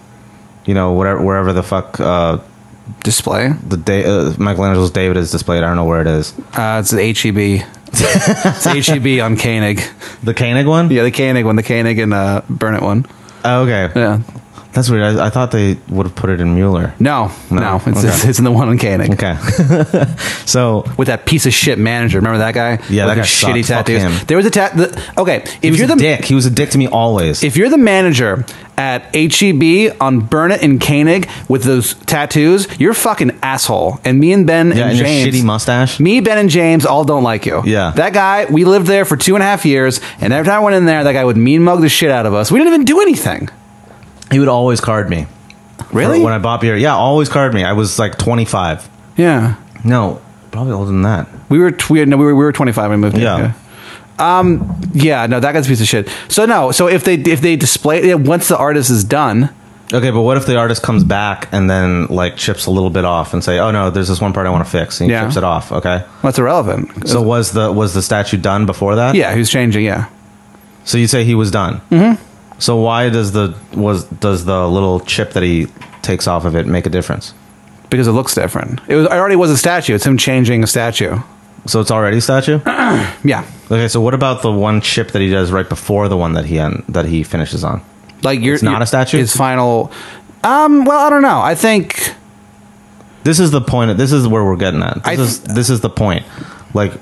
Speaker 2: you know, whatever, wherever the fuck uh,
Speaker 3: Display.
Speaker 2: the day uh, Michelangelo's David is displayed. I don't know where it is.
Speaker 3: Uh, it's the HEB.
Speaker 2: (laughs)
Speaker 3: it's HEB on Koenig.
Speaker 2: The Koenig one.
Speaker 3: Yeah, the Koenig one, the Koenig and uh, burn it one.
Speaker 2: Oh, okay.
Speaker 3: Yeah.
Speaker 2: That's weird. I, I thought they would have put it in Mueller.
Speaker 3: No, no,
Speaker 2: No.
Speaker 3: it's, it's
Speaker 2: Okay.
Speaker 3: it's in the one on Koenig
Speaker 2: Okay. (laughs) so
Speaker 3: with that piece of shit manager. Remember that guy?
Speaker 2: Yeah, that guy
Speaker 3: With his shitty
Speaker 2: sucked. Fuck
Speaker 3: tattoos.
Speaker 2: him.
Speaker 3: There was a tat. The, okay,
Speaker 2: he
Speaker 3: if
Speaker 2: was
Speaker 3: you're
Speaker 2: a
Speaker 3: the
Speaker 2: dick. He was a dick to me always.
Speaker 3: if you're the manager at HEB on Burn It and Koenig with those tattoos, you're a fucking asshole. And me and Ben
Speaker 2: yeah,
Speaker 3: and
Speaker 2: and your
Speaker 3: James.
Speaker 2: shitty mustache.
Speaker 3: me, Ben, and James all don't like you.
Speaker 2: Yeah.
Speaker 3: That guy, we lived there for two and a half years, and every time I went in there, that guy would mean mug the shit out of us. We didn't even do anything.
Speaker 2: He would always card me.
Speaker 3: Really?
Speaker 2: For- When I bought beer, yeah, always card me. I was like 25.
Speaker 3: yeah.
Speaker 2: No, probably older than that.
Speaker 3: We were tw- we, no, we were we were 25 when we moved. here,
Speaker 2: Yeah.
Speaker 3: yeah. Um. Yeah. No, that guy's a piece of shit. So no. So if they if they display it once the artist is done,
Speaker 2: Okay, but what if the artist comes back and then like chips a little bit off and say, "Oh no, there's this one part I want to fix," and he
Speaker 3: Yeah.
Speaker 2: chips it off. Okay,
Speaker 3: that's irrelevant.
Speaker 2: so was the was the statue done before that?
Speaker 3: yeah, who's changing? Yeah.
Speaker 2: So you say he was done. Mm-hmm. So why does the was does the little chip that he takes off of it make a difference?
Speaker 3: Because it looks different. It was it already was a statue. It's him changing a statue.
Speaker 2: So it's already a statue.
Speaker 3: Yeah.
Speaker 2: okay, so what about the one chip that he does right before the one that he end, that he finishes on?
Speaker 3: Like you're
Speaker 2: It's not
Speaker 3: you're-
Speaker 2: a statue?
Speaker 3: His final. Um. Well, I don't know. I think.
Speaker 2: This is the point. This is where we're getting at. This
Speaker 3: I
Speaker 2: is this is the point. Like,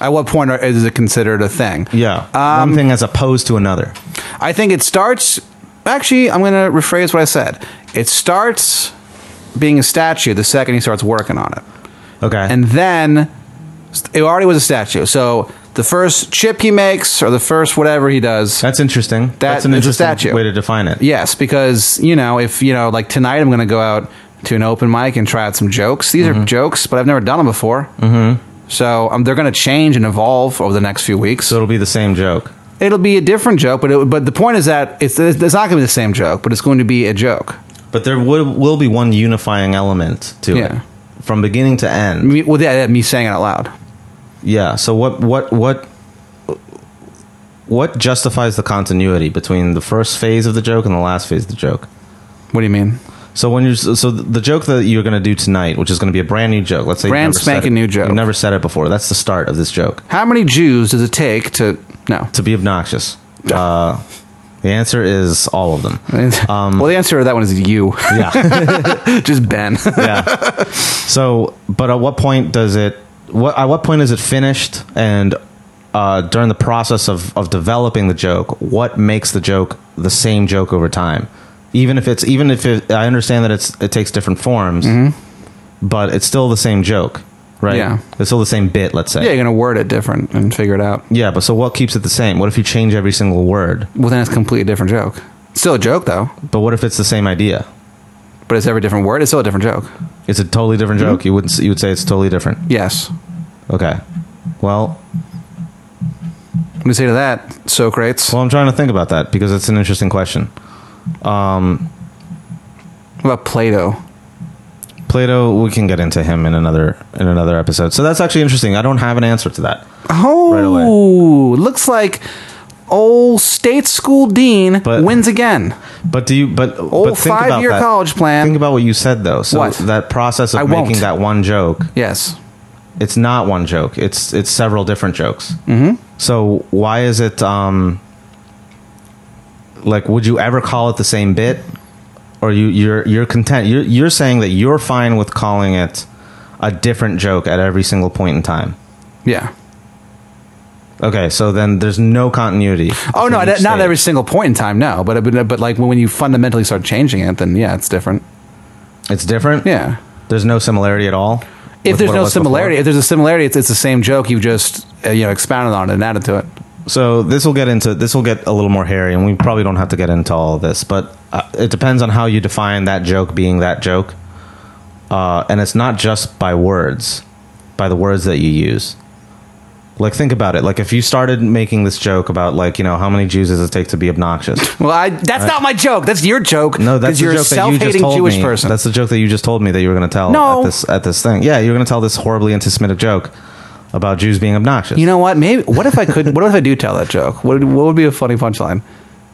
Speaker 3: At what point are- is it considered a thing?
Speaker 2: yeah,
Speaker 3: Um,
Speaker 2: one thing as opposed to another.
Speaker 3: I think it starts. Actually, I'm going to rephrase what I said. It starts being a statue the second he starts working on it.
Speaker 2: Okay,
Speaker 3: and then it already was a statue. So the first chip he makes, or the first whatever he does,
Speaker 2: that's interesting. that's
Speaker 3: is
Speaker 2: an
Speaker 3: a
Speaker 2: interesting
Speaker 3: statue.
Speaker 2: way to define it.
Speaker 3: yes, because you know, if you know, like tonight, I'm going to go out to an open mic and try out some jokes. These
Speaker 2: Mm-hmm.
Speaker 3: are jokes, but I've never done them before. Mm-hmm. So um, they're going to change and evolve over the next few weeks.
Speaker 2: So it'll be the same joke.
Speaker 3: It'll be a different joke, but it, but the point is that it's it's not going to be the same joke, but it's going to be a joke.
Speaker 2: But there will, will be one unifying element to
Speaker 3: Yeah.
Speaker 2: it from beginning to end.
Speaker 3: Me, well, yeah, me saying it out loud.
Speaker 2: Yeah. So what what what what justifies the continuity between the first phase of the joke and the last phase of the joke?
Speaker 3: What do you mean?
Speaker 2: So when you're so the joke that you're going to do tonight, which is going to be a brand new joke, let's say you've
Speaker 3: Brand
Speaker 2: never said
Speaker 3: spanking
Speaker 2: it-
Speaker 3: new joke.
Speaker 2: you've never said it before. That's the start of this joke.
Speaker 3: How many Jews does it take to no? (laughs)
Speaker 2: To be obnoxious, uh, the answer is all of
Speaker 3: (laughs)
Speaker 2: them. Um,
Speaker 3: well, the answer to that one is you. (laughs)
Speaker 2: Yeah,
Speaker 3: just Ben. (laughs)
Speaker 2: yeah. So, but at what point does it? What at what point is it finished? And uh, during the process of of developing the joke, what makes the joke the same joke over time? Even if it's even if it, I understand that it's it takes different forms, but it's still the same joke, right?
Speaker 3: Mm-hmm. Yeah.
Speaker 2: it's still the same bit. Let's say.
Speaker 3: yeah, you're gonna word it different and figure it out.
Speaker 2: Yeah, but so what keeps it the same? What if you change every single word?
Speaker 3: Well, then it's a completely different joke. It's still a joke though,
Speaker 2: But what if it's the same idea?
Speaker 3: but it's every different word. It's still a different joke.
Speaker 2: It's a totally different
Speaker 3: Mm-hmm.
Speaker 2: joke. You would you would say it's totally different.
Speaker 3: Yes.
Speaker 2: Okay. Well,
Speaker 3: What do you say to that, Socrates?
Speaker 2: Well, I'm trying to think about that because it's an interesting question.
Speaker 3: What about Plato?
Speaker 2: Plato, we can get into him in another in another episode. So that's actually interesting. I don't have an answer to that,
Speaker 3: Oh,
Speaker 2: away.
Speaker 3: looks like old state school dean
Speaker 2: But-
Speaker 3: wins again.
Speaker 2: but do you? But
Speaker 3: Old
Speaker 2: but think about
Speaker 3: five-year
Speaker 2: that.
Speaker 3: college plan.
Speaker 2: Think about what you said though. So
Speaker 3: What?
Speaker 2: that process of
Speaker 3: I
Speaker 2: making
Speaker 3: won't.
Speaker 2: that one joke,
Speaker 3: yes.
Speaker 2: it's not one joke. It's it's several different jokes. Mm-hmm. So why is it? Um, like would you ever call it the same bit or you you're you're content you're you're saying that you're fine with calling it a different joke at every single point in time
Speaker 3: Yeah.
Speaker 2: okay so then there's no continuity
Speaker 3: Oh no,
Speaker 2: between
Speaker 3: not
Speaker 2: each
Speaker 3: not
Speaker 2: state.
Speaker 3: every single point in time. No, but but, but like when you fundamentally start changing it, then yeah, it's different.
Speaker 2: it's different
Speaker 3: Yeah.
Speaker 2: there's no similarity at all
Speaker 3: If
Speaker 2: with
Speaker 3: there's
Speaker 2: what it
Speaker 3: no
Speaker 2: was before?
Speaker 3: similarity, if there's a similarity, it's, it's the same joke. You just uh, you know expounded on it and added to it.
Speaker 2: so this will get into this will get a little more hairy and we probably don't have to get into all of this but uh, it depends on how you define that joke being that joke uh, and it's not just by words by the words that you use like think about it like if you started making this joke about like you know how many jews does it take to be obnoxious
Speaker 3: Well, I that's not my joke. That's your joke.
Speaker 2: no that's
Speaker 3: 'cause
Speaker 2: the
Speaker 3: you're a
Speaker 2: joke that you just
Speaker 3: self-hating
Speaker 2: told
Speaker 3: Jewish
Speaker 2: me
Speaker 3: person.
Speaker 2: that's the joke that you just told me that you were going to tell
Speaker 3: No.
Speaker 2: at this at this thing yeah you're going to tell this horribly anti-semitic joke about jews being obnoxious
Speaker 3: you know what? Maybe what if I could? what if I do tell that joke? What what would be a funny punchline?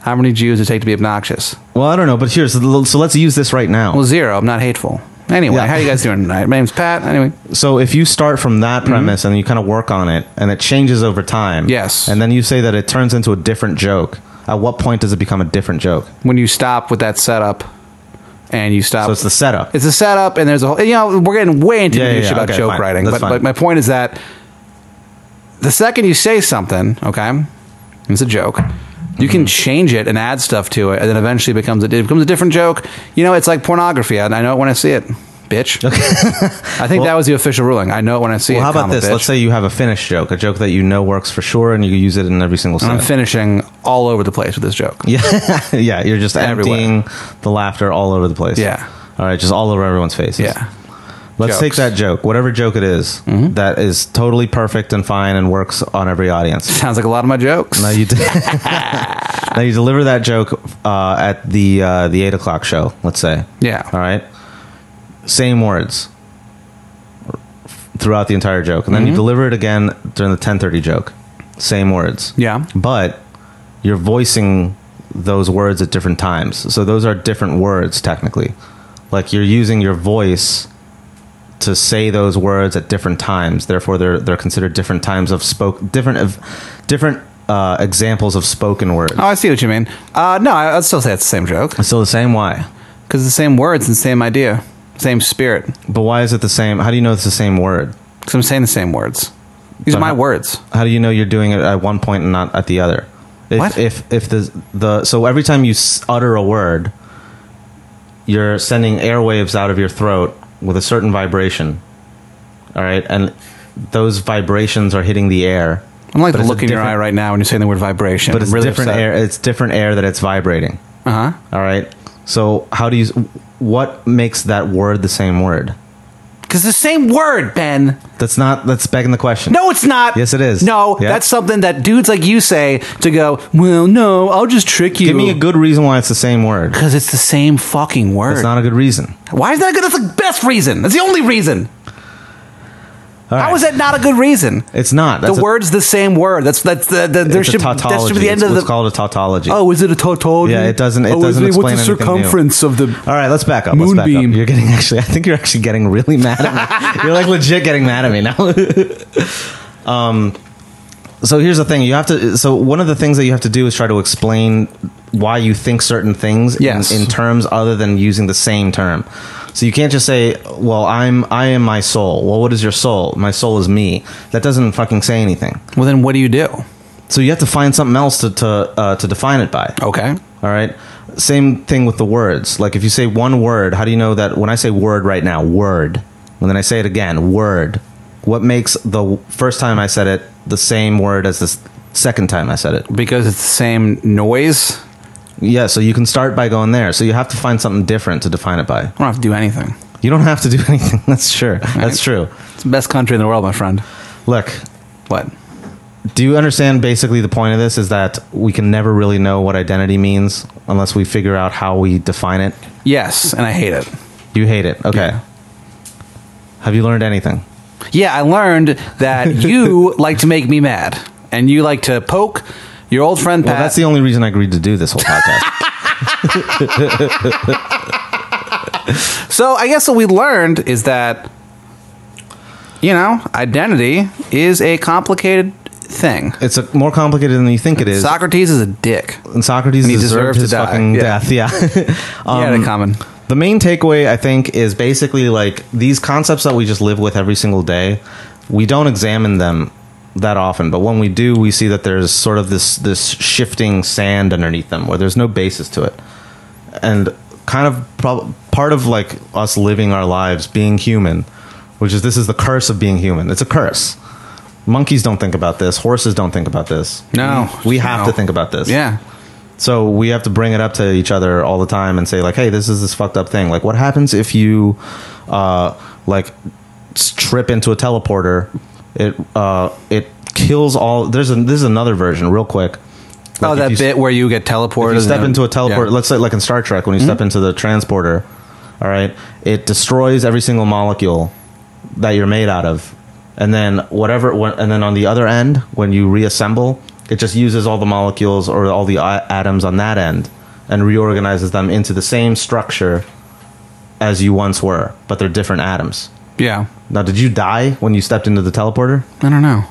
Speaker 3: How many Jews does it take to be obnoxious?
Speaker 2: well i don't know but here's so let's use this right now
Speaker 3: Well, zero. I'm not hateful. Anyway,
Speaker 2: Yeah.
Speaker 3: how you guys doing tonight? My name's Pat. Anyway,
Speaker 2: So if you start from that
Speaker 3: Mm-hmm.
Speaker 2: premise and you kind of work on it and it changes over time,
Speaker 3: Yes.
Speaker 2: and then you say that it turns into a different joke. At what point does it become a different joke?
Speaker 3: when you stop with that setup, and you stop,
Speaker 2: So it's the setup.
Speaker 3: it's a setup, and there's a whole. You know, we're getting way into
Speaker 2: Yeah, yeah,
Speaker 3: minutiae
Speaker 2: yeah.
Speaker 3: about
Speaker 2: Okay,
Speaker 3: joke
Speaker 2: fine.
Speaker 3: writing,
Speaker 2: That's
Speaker 3: but,
Speaker 2: fine.
Speaker 3: but my point is that the second you say something, okay, it's a joke.
Speaker 2: Mm-hmm.
Speaker 3: You can change it and add stuff to it, and then eventually it becomes a, it becomes a different joke. You know, it's like pornography. I, I know it when I see it, bitch. (laughs) I think that was the official ruling. I know it when I see
Speaker 2: well,
Speaker 3: it.
Speaker 2: how about
Speaker 3: comma,
Speaker 2: this?
Speaker 3: bitch.
Speaker 2: Let's say you have a finished joke, a joke that you know works for sure, and you use it in every single
Speaker 3: I'm
Speaker 2: sentence.
Speaker 3: finishing all over the place with this joke.
Speaker 2: yeah, (laughs) yeah, you're just
Speaker 3: Everywhere.
Speaker 2: emptying the laughter all over the place.
Speaker 3: Yeah.
Speaker 2: all right, just all over everyone's faces.
Speaker 3: Yeah. (laughs)
Speaker 2: Let's take
Speaker 3: Jokes. Mm-hmm.
Speaker 2: that joke, whatever joke it is, that is totally perfect and fine and works on every audience.
Speaker 3: Sounds like a lot of my jokes.
Speaker 2: Now you, de-
Speaker 3: (laughs)
Speaker 2: now you deliver that joke uh, at the uh, the eight o'clock show. Let's say.
Speaker 3: Yeah.
Speaker 2: All right. Same words throughout the entire joke, and then
Speaker 3: Mm-hmm.
Speaker 2: you deliver it again during the ten thirty joke. Same words.
Speaker 3: Yeah.
Speaker 2: But you're voicing those words at different times, so those are different words technically. Like you're using your voice to say those words at different times. Therefore, they're they're considered different times of spoke different of different uh, examples of spoken words.
Speaker 3: Oh, I see what you mean. Uh, no, I- I'd still say it's the same joke
Speaker 2: It's still the same. Why?
Speaker 3: because the same words and same idea, same spirit.
Speaker 2: But why is it the same? How do you know it's the same word?
Speaker 3: Because I'm saying the same words. These
Speaker 2: But
Speaker 3: are my
Speaker 2: how-
Speaker 3: words.
Speaker 2: How do you know you're doing it at one point and not at the other? If,
Speaker 3: What?
Speaker 2: If if the the so every time you s- utter a word, you're sending airwaves out of your throat with a certain vibration. All right, and those vibrations are hitting the air.
Speaker 3: I'm like
Speaker 2: But it's a
Speaker 3: looking in your
Speaker 2: different-
Speaker 3: eye right now when you're saying the word vibration.
Speaker 2: but
Speaker 3: I'm
Speaker 2: it's
Speaker 3: really
Speaker 2: different
Speaker 3: upset.
Speaker 2: air. It's different air that it's vibrating.
Speaker 3: Uh huh.
Speaker 2: All right. So how do you? What makes that word the same word?
Speaker 3: Because the same word, Ben.
Speaker 2: That's not. That's begging the question.
Speaker 3: No, it's not.
Speaker 2: Yes, it is.
Speaker 3: No,
Speaker 2: Yeah.
Speaker 3: that's something that dudes like you say to go. Well, no, I'll just trick you.
Speaker 2: Give me a good reason why it's the same word.
Speaker 3: Because it's the same fucking word.
Speaker 2: It's not a good reason.
Speaker 3: Why is that good? That's the best reason. That's the only reason.
Speaker 2: All right.
Speaker 3: How is that not a good reason?
Speaker 2: It's not. That's
Speaker 3: the
Speaker 2: a-
Speaker 3: word's the same word. That's that's the, the there
Speaker 2: It's
Speaker 3: should
Speaker 2: a tautology.
Speaker 3: that should be the end
Speaker 2: it's
Speaker 3: of
Speaker 2: what's
Speaker 3: the.
Speaker 2: called a tautology.
Speaker 3: Oh, is it a tautology?
Speaker 2: Yeah, it doesn't- it
Speaker 3: oh, is
Speaker 2: doesn't explain
Speaker 3: what's the
Speaker 2: anything new.
Speaker 3: circumference of the?
Speaker 2: All right, let's back up. Let's back
Speaker 3: Moonbeam.
Speaker 2: up. You're getting actually. I think you're actually getting really mad at
Speaker 3: (laughs)
Speaker 2: me. you're like legit getting mad at me now. um, (laughs) so here's the thing. You have to. So one of the things that you have to do is try to explain why you think certain things in-
Speaker 3: Yes.
Speaker 2: in, terms other than using the same term. So you can't just say, "Well, I'm I am my soul." Well, what is your soul? My soul is me. That doesn't fucking say anything.
Speaker 3: Well, then what do you do?
Speaker 2: So you have to find something else to to uh, to define it by.
Speaker 3: Okay.
Speaker 2: All right. Same thing with the words. Like if you say one word, how do you know that when I say word right now, word, and then I say it again, word, what makes the w- first time I said it the same word as the s- second time I said it?
Speaker 3: Because it's the same noise.
Speaker 2: Yeah, so you can start by going there. So you have to find something different to define it by.
Speaker 3: I don't have to do anything.
Speaker 2: You don't have to do (laughs) anything. That's sure. That's true.
Speaker 3: It's the best country in the world, my friend.
Speaker 2: Look,
Speaker 3: What?
Speaker 2: do you understand basically the point of this is that we can never really know what identity means unless we figure out how we define it?
Speaker 3: Yes, and I hate it.
Speaker 2: You hate it. Okay. Have you learned anything?
Speaker 3: Yeah, I learned
Speaker 2: (laughs)
Speaker 3: that you like to make me mad, and you like to poke your old friend Pat.
Speaker 2: Well, that's the only reason I agreed to do this whole
Speaker 3: (laughs)
Speaker 2: podcast.
Speaker 3: so I guess what we learned is that you know identity is a complicated thing.
Speaker 2: It's a, more complicated than you think it is.
Speaker 3: Socrates is a dick.
Speaker 2: and Socrates
Speaker 3: he
Speaker 2: deserved
Speaker 3: deserved to
Speaker 2: his
Speaker 3: die.
Speaker 2: fucking
Speaker 3: Yeah.
Speaker 2: death. Yeah. (laughs)
Speaker 3: yeah,
Speaker 2: Um,
Speaker 3: they're common.
Speaker 2: The main takeaway, I think, is basically like these concepts that we just live with every single day. We don't examine them that often, but when we do, we see that there's sort of this this shifting sand underneath them, where there's no basis to it, and kind of prob- part of like us living our lives, being human, which is this is the curse of being human. It's a curse. Monkeys don't think about this. Horses don't think about this.
Speaker 3: No,
Speaker 2: we have
Speaker 3: no.
Speaker 2: to think about this.
Speaker 3: Yeah.
Speaker 2: So we have to bring it up to each other all the time and say like, "Hey, this is this fucked up thing. Like, what happens if you, uh, like, s- trip into a teleporter? It uh, it kills all. There's a this is another version, real quick. Like,
Speaker 3: oh,
Speaker 2: if
Speaker 3: that
Speaker 2: you s-
Speaker 3: bit where you get teleported.
Speaker 2: if you step
Speaker 3: and-
Speaker 2: into a teleport,
Speaker 3: Yeah. Hmm?
Speaker 2: let's say like in Star Trek, when you step into the transporter, all right, it destroys every single molecule that you're made out of, and then whatever, wh- and then on the other end, when you reassemble, it just uses all the molecules or all the a- atoms on that end and reorganizes them into the same structure as you once were, but they're different atoms.
Speaker 3: Yeah.
Speaker 2: Now, did you die when you stepped into the teleporter?
Speaker 3: I don't know.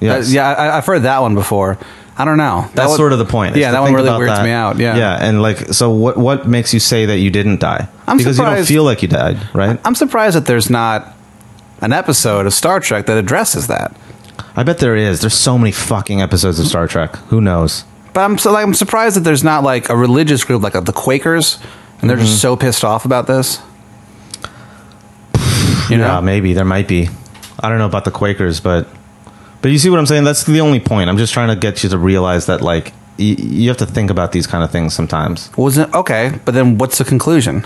Speaker 2: Yes.
Speaker 3: Uh, yeah, I, I've heard that one before. I don't know. That
Speaker 2: That's
Speaker 3: one-
Speaker 2: sort of the point. is
Speaker 3: Yeah,
Speaker 2: to
Speaker 3: that one
Speaker 2: think
Speaker 3: really
Speaker 2: about
Speaker 3: weirds
Speaker 2: that.
Speaker 3: me out. Yeah.
Speaker 2: yeah, and like, so what? What makes you say that you didn't die?
Speaker 3: I'm
Speaker 2: because you don't
Speaker 3: surprised-
Speaker 2: feel like you died, right?
Speaker 3: I'm surprised that there's not an episode of Star Trek that addresses that.
Speaker 2: I bet there is. There's so many fucking episodes of Star Trek. Who knows?
Speaker 3: But I'm so like I'm surprised that there's not like a religious group like uh, the Quakers, and they're just
Speaker 2: Mm-hmm.
Speaker 3: so pissed off about this. You know,
Speaker 2: Yeah, Uh, maybe there might be. I don't know about the Quakers, but but you see what I'm saying? That's the only point. I'm just trying to get you to realize that like y- you have to think about these kind of things sometimes.
Speaker 3: wasn't okay. But then what's the conclusion?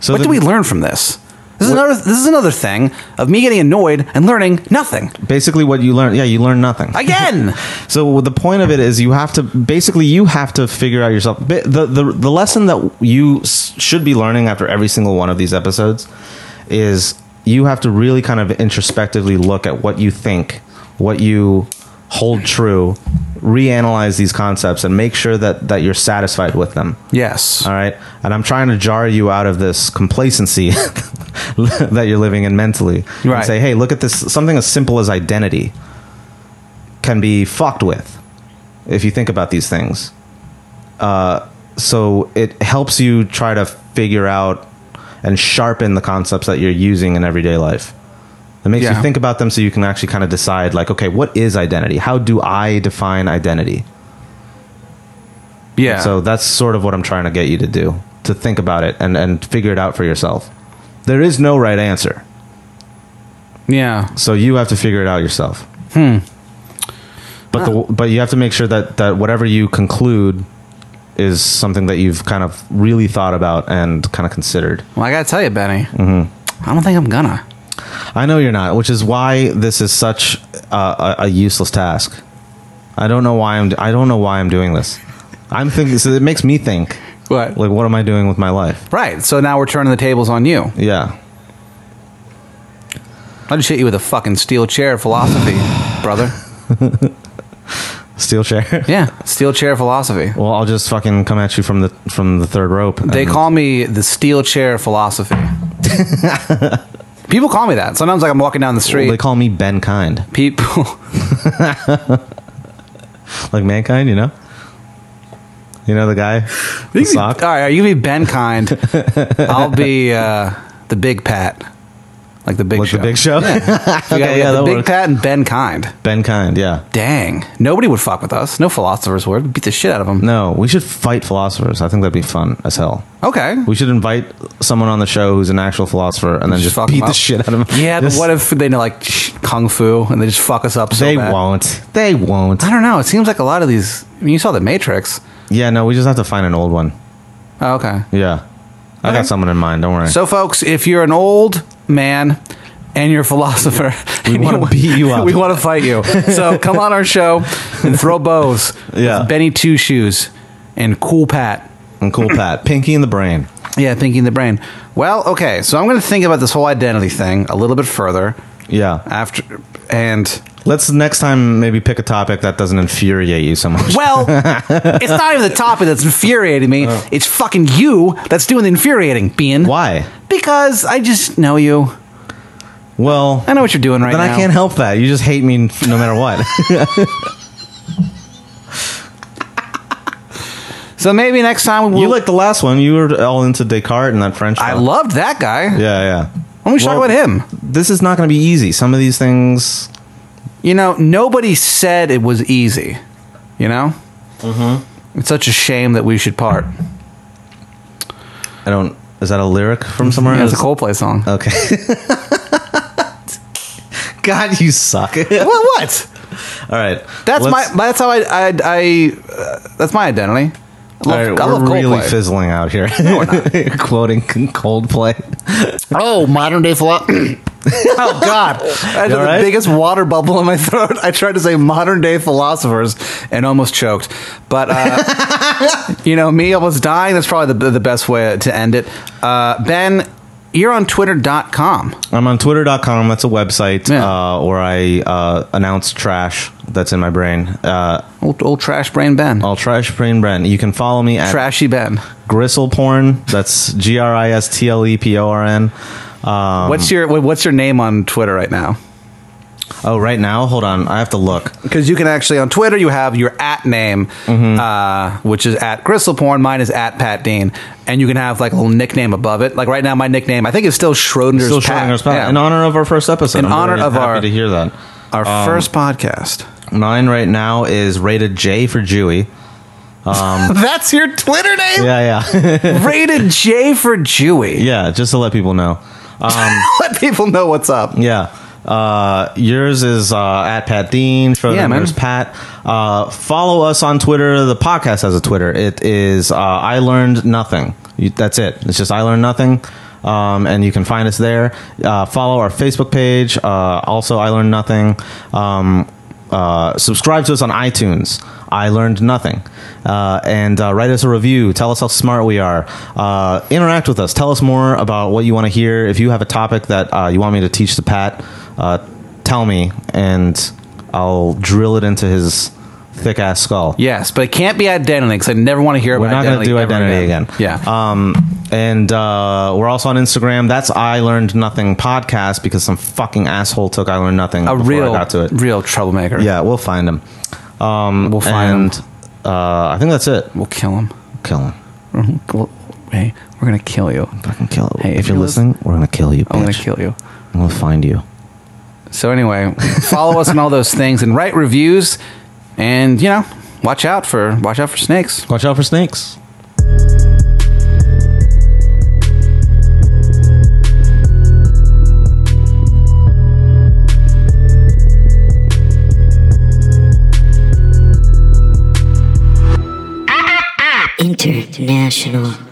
Speaker 2: So
Speaker 3: what
Speaker 2: the-
Speaker 3: do we learn from this? This is
Speaker 2: What-
Speaker 3: another. This is another thing of me getting annoyed and learning
Speaker 2: (laughs)
Speaker 3: nothing
Speaker 2: Basically, what you learn? Yeah, you learn nothing.
Speaker 3: again.
Speaker 2: So the point of it is you have to basically you have to figure out yourself. Ba- The the the lesson that you s- should be learning after every single one of these episodes is you have to really kind of introspectively look at what you think, what you hold true, reanalyze these concepts and make sure that that you're satisfied with them.
Speaker 3: yes.
Speaker 2: All right. And I'm trying to jar you out of this complacency (laughs) that you're living in mentally. And
Speaker 3: Right.
Speaker 2: say, hey, look at this. Something as simple as identity can be fucked with if you think about these things. Uh, so it helps you try to figure out and sharpen the concepts that you're using in everyday life. It makes
Speaker 3: Yeah.
Speaker 2: you think about them so you can actually kind of decide, like, okay, what is identity? How do I define identity?
Speaker 3: Yeah.
Speaker 2: So that's sort of what I'm trying to get you to do, to think about it and, and figure it out for yourself. There is no right answer.
Speaker 3: yeah.
Speaker 2: So you have to figure it out yourself. Hmm. But the but you have to make sure that, that whatever you conclude is something that you've kind of really thought about and kind of considered.
Speaker 3: Well, I gotta tell you, Benny.
Speaker 2: Mm-hmm.
Speaker 3: I don't think I'm gonna.
Speaker 2: I know you're not, which is why this is such uh, a, a useless task. I don't know why I'm I don't know why I'm doing this. I'm thinking so it makes me think
Speaker 3: What?
Speaker 2: like what am I doing with my life?
Speaker 3: Right. So now we're turning the tables on you.
Speaker 2: Yeah.
Speaker 3: I'll just hit you with a fucking steel chair
Speaker 2: (sighs)
Speaker 3: philosophy, brother.
Speaker 2: Steel chair. (laughs)
Speaker 3: Yeah, steel chair philosophy.
Speaker 2: Well, I'll just fucking come at you from the from the third rope.
Speaker 3: They
Speaker 2: and-
Speaker 3: call me the steel
Speaker 2: (laughs)
Speaker 3: chair philosophy. People call me that. Sometimes, like I'm walking down the street,
Speaker 2: they call me Ben Kind, (laughs)
Speaker 3: people.
Speaker 2: like mankind. You know, you know the guy, the sock.
Speaker 3: All right, you can be Ben Kind. I'll be uh, the Big Pat, like the Big
Speaker 2: Like
Speaker 3: Show.
Speaker 2: the Big Show. (laughs)
Speaker 3: We got,
Speaker 2: okay,
Speaker 3: we got
Speaker 2: yeah,
Speaker 3: the
Speaker 2: that
Speaker 3: Big
Speaker 2: works.
Speaker 3: Pat and Ben Kind.
Speaker 2: Ben Kind. Yeah.
Speaker 3: Dang, nobody would fuck with us. No philosophers would. Beat the shit out of them.
Speaker 2: No, we should fight philosophers. I think that'd be fun as hell.
Speaker 3: Okay.
Speaker 2: We should invite someone on the show who's an actual philosopher and then just,
Speaker 3: Just fuck 'em
Speaker 2: beat the
Speaker 3: up.
Speaker 2: shit out of them.
Speaker 3: Yeah,
Speaker 2: Just-
Speaker 3: but what if they know like sh- kung fu and they just fuck us up? So
Speaker 2: they
Speaker 3: bad?
Speaker 2: won't? They won't.
Speaker 3: I don't know. It seems like a lot of these. I mean, you saw the Matrix.
Speaker 2: Yeah, no, we just have to find an old one.
Speaker 3: Oh, okay.
Speaker 2: Yeah, I
Speaker 3: Okay.
Speaker 2: got someone in mind. Don't worry.
Speaker 3: So, folks, if you're an old man and you're a
Speaker 2: (laughs)
Speaker 3: philosopher, we
Speaker 2: wanna beat you up.
Speaker 3: (laughs) We want to fight you. So come on our show and throw bows.
Speaker 2: Yeah.
Speaker 3: with Benny Two Shoes and Cool Pat.
Speaker 2: and cool
Speaker 3: (coughs)
Speaker 2: Pat, Pinky in the brain.
Speaker 3: Yeah, thinking the brain. Well, okay. So I'm going to think about this whole identity thing a little bit further
Speaker 2: Yeah.
Speaker 3: after and.
Speaker 2: Let's next time maybe pick a topic that doesn't infuriate you so
Speaker 3: (laughs)
Speaker 2: much. (laughs)
Speaker 3: Well, it's not even the topic that's infuriating me.
Speaker 2: Oh.
Speaker 3: It's fucking you that's doing the infuriating, Bean.
Speaker 2: Why?
Speaker 3: Because I just know you.
Speaker 2: Well,
Speaker 3: I know what you're doing right
Speaker 2: then
Speaker 3: now.
Speaker 2: I can't help that. You just hate me no matter
Speaker 3: (laughs)
Speaker 2: what.
Speaker 3: So maybe next time we'll.
Speaker 2: you like the last one. You were all into Descartes and that French.
Speaker 3: I
Speaker 2: fellow.
Speaker 3: loved that guy.
Speaker 2: Yeah, yeah.
Speaker 3: When we talk
Speaker 2: Well-
Speaker 3: about him,
Speaker 2: This is not going to be easy. Some of these things.
Speaker 3: you know, nobody said it was easy. You know, mm-hmm. it's such a shame that we should part.
Speaker 2: I don't. Is that a lyric from somewhere?
Speaker 3: Yeah, it's a
Speaker 2: else?
Speaker 3: Coldplay song.
Speaker 2: Okay. (laughs) God, you suck. (laughs)
Speaker 3: well,
Speaker 2: all
Speaker 3: what?
Speaker 2: right.
Speaker 3: That's
Speaker 2: let's-
Speaker 3: my. That's how I. I. I uh, that's my identity. I
Speaker 2: All
Speaker 3: love,
Speaker 2: right,
Speaker 3: I love
Speaker 2: we're really
Speaker 3: Coldplay.
Speaker 2: fizzling out here. (laughs) Quoting Coldplay.
Speaker 1: Oh, modern day philosophy.
Speaker 3: (clears throat) Oh
Speaker 2: (laughs)
Speaker 3: God! I had
Speaker 2: You all
Speaker 3: the
Speaker 2: right?
Speaker 3: biggest water bubble in my (laughs) throat. I tried to say modern day philosophers and almost choked. But uh,
Speaker 2: (laughs)
Speaker 3: you know, me almost dying. That's probably the, the best way to end it. Uh, ben, you're on Twitter.com.
Speaker 2: I'm on twitter.com. That's a website
Speaker 3: Yeah.
Speaker 2: uh, where I uh, announce trash that's in my brain. Uh,
Speaker 3: Old, old trash brain Ben,
Speaker 2: I'll trash brain Brent. You can follow me at
Speaker 3: trashy Ben.
Speaker 2: Gristle Porn. That's G R I S T L E P O R N. Um,
Speaker 3: What's your what- What's your name on Twitter right now?
Speaker 2: oh, right now? Hold on. I have to look.
Speaker 3: Because you can actually on Twitter you have your at name,
Speaker 2: Mm-hmm.
Speaker 3: uh, which is at Gristleporn. Mine is at Pat Dean, and you can have like a little nickname above it. Like right now, my nickname I think is still Schrodinger's
Speaker 2: Still
Speaker 3: Pat.
Speaker 2: Schrodinger's Pat.
Speaker 3: Yeah.
Speaker 2: In honor of our first episode.
Speaker 3: In
Speaker 2: I'm
Speaker 3: honor
Speaker 2: very
Speaker 3: of
Speaker 2: happy
Speaker 3: our-
Speaker 2: to hear that.
Speaker 3: Our first podcast.
Speaker 2: Mine right now is rated J for Jewy.
Speaker 3: (laughs) That's your Twitter name.
Speaker 2: Yeah, yeah.
Speaker 3: (laughs) Rated J for Jewy.
Speaker 2: yeah, just to let people know.
Speaker 3: (laughs) Let people know what's up.
Speaker 2: Yeah. Uh, yours is uh, at Pat Dean. For
Speaker 3: Yeah,
Speaker 2: yeah,
Speaker 3: man.
Speaker 2: there's Pat. Uh, follow us on Twitter. The podcast has a Twitter. It is uh, I Learned Nothing. You, that's it. It's just I Learned Nothing. Um, and you can find us there. Uh, follow our Facebook page. Uh, also, I Learned Nothing. Um, uh, subscribe to us on iTunes. I learned nothing. Uh, and uh, write us a review. Tell us how smart we are. Uh, interact with us. Tell us more about what you want to hear. If you have a topic that uh, you want me to teach to Pat, uh, tell me, and I'll drill it into his thick ass skull.
Speaker 3: Yes, but it can't be identity because I never want to hear
Speaker 2: We're
Speaker 3: about
Speaker 2: not going to do
Speaker 3: identity. ever
Speaker 2: identity again.
Speaker 3: Yeah.
Speaker 2: Um, and uh, we're also on Instagram. That's I Learned Nothing podcast because some fucking asshole took I Learned Nothing.
Speaker 3: a
Speaker 2: before
Speaker 3: real,
Speaker 2: I got to it.
Speaker 3: real troublemaker.
Speaker 2: Yeah, we'll find him. Um,
Speaker 3: We'll find
Speaker 2: and, Uh, I think that's it.
Speaker 3: We'll kill him.
Speaker 2: Kill him.
Speaker 3: We'll- hey, we're gonna kill you.
Speaker 2: Fucking kill him.
Speaker 3: Hey,
Speaker 2: if,
Speaker 3: if
Speaker 2: you're
Speaker 3: you listen-
Speaker 2: listening, we're gonna kill you. Bitch.
Speaker 3: I'm gonna kill you.
Speaker 2: We'll find you.
Speaker 3: So anyway, follow us on all those things and write reviews, and you know, watch out for watch out for snakes.
Speaker 2: Watch out for snakes.
Speaker 4: International.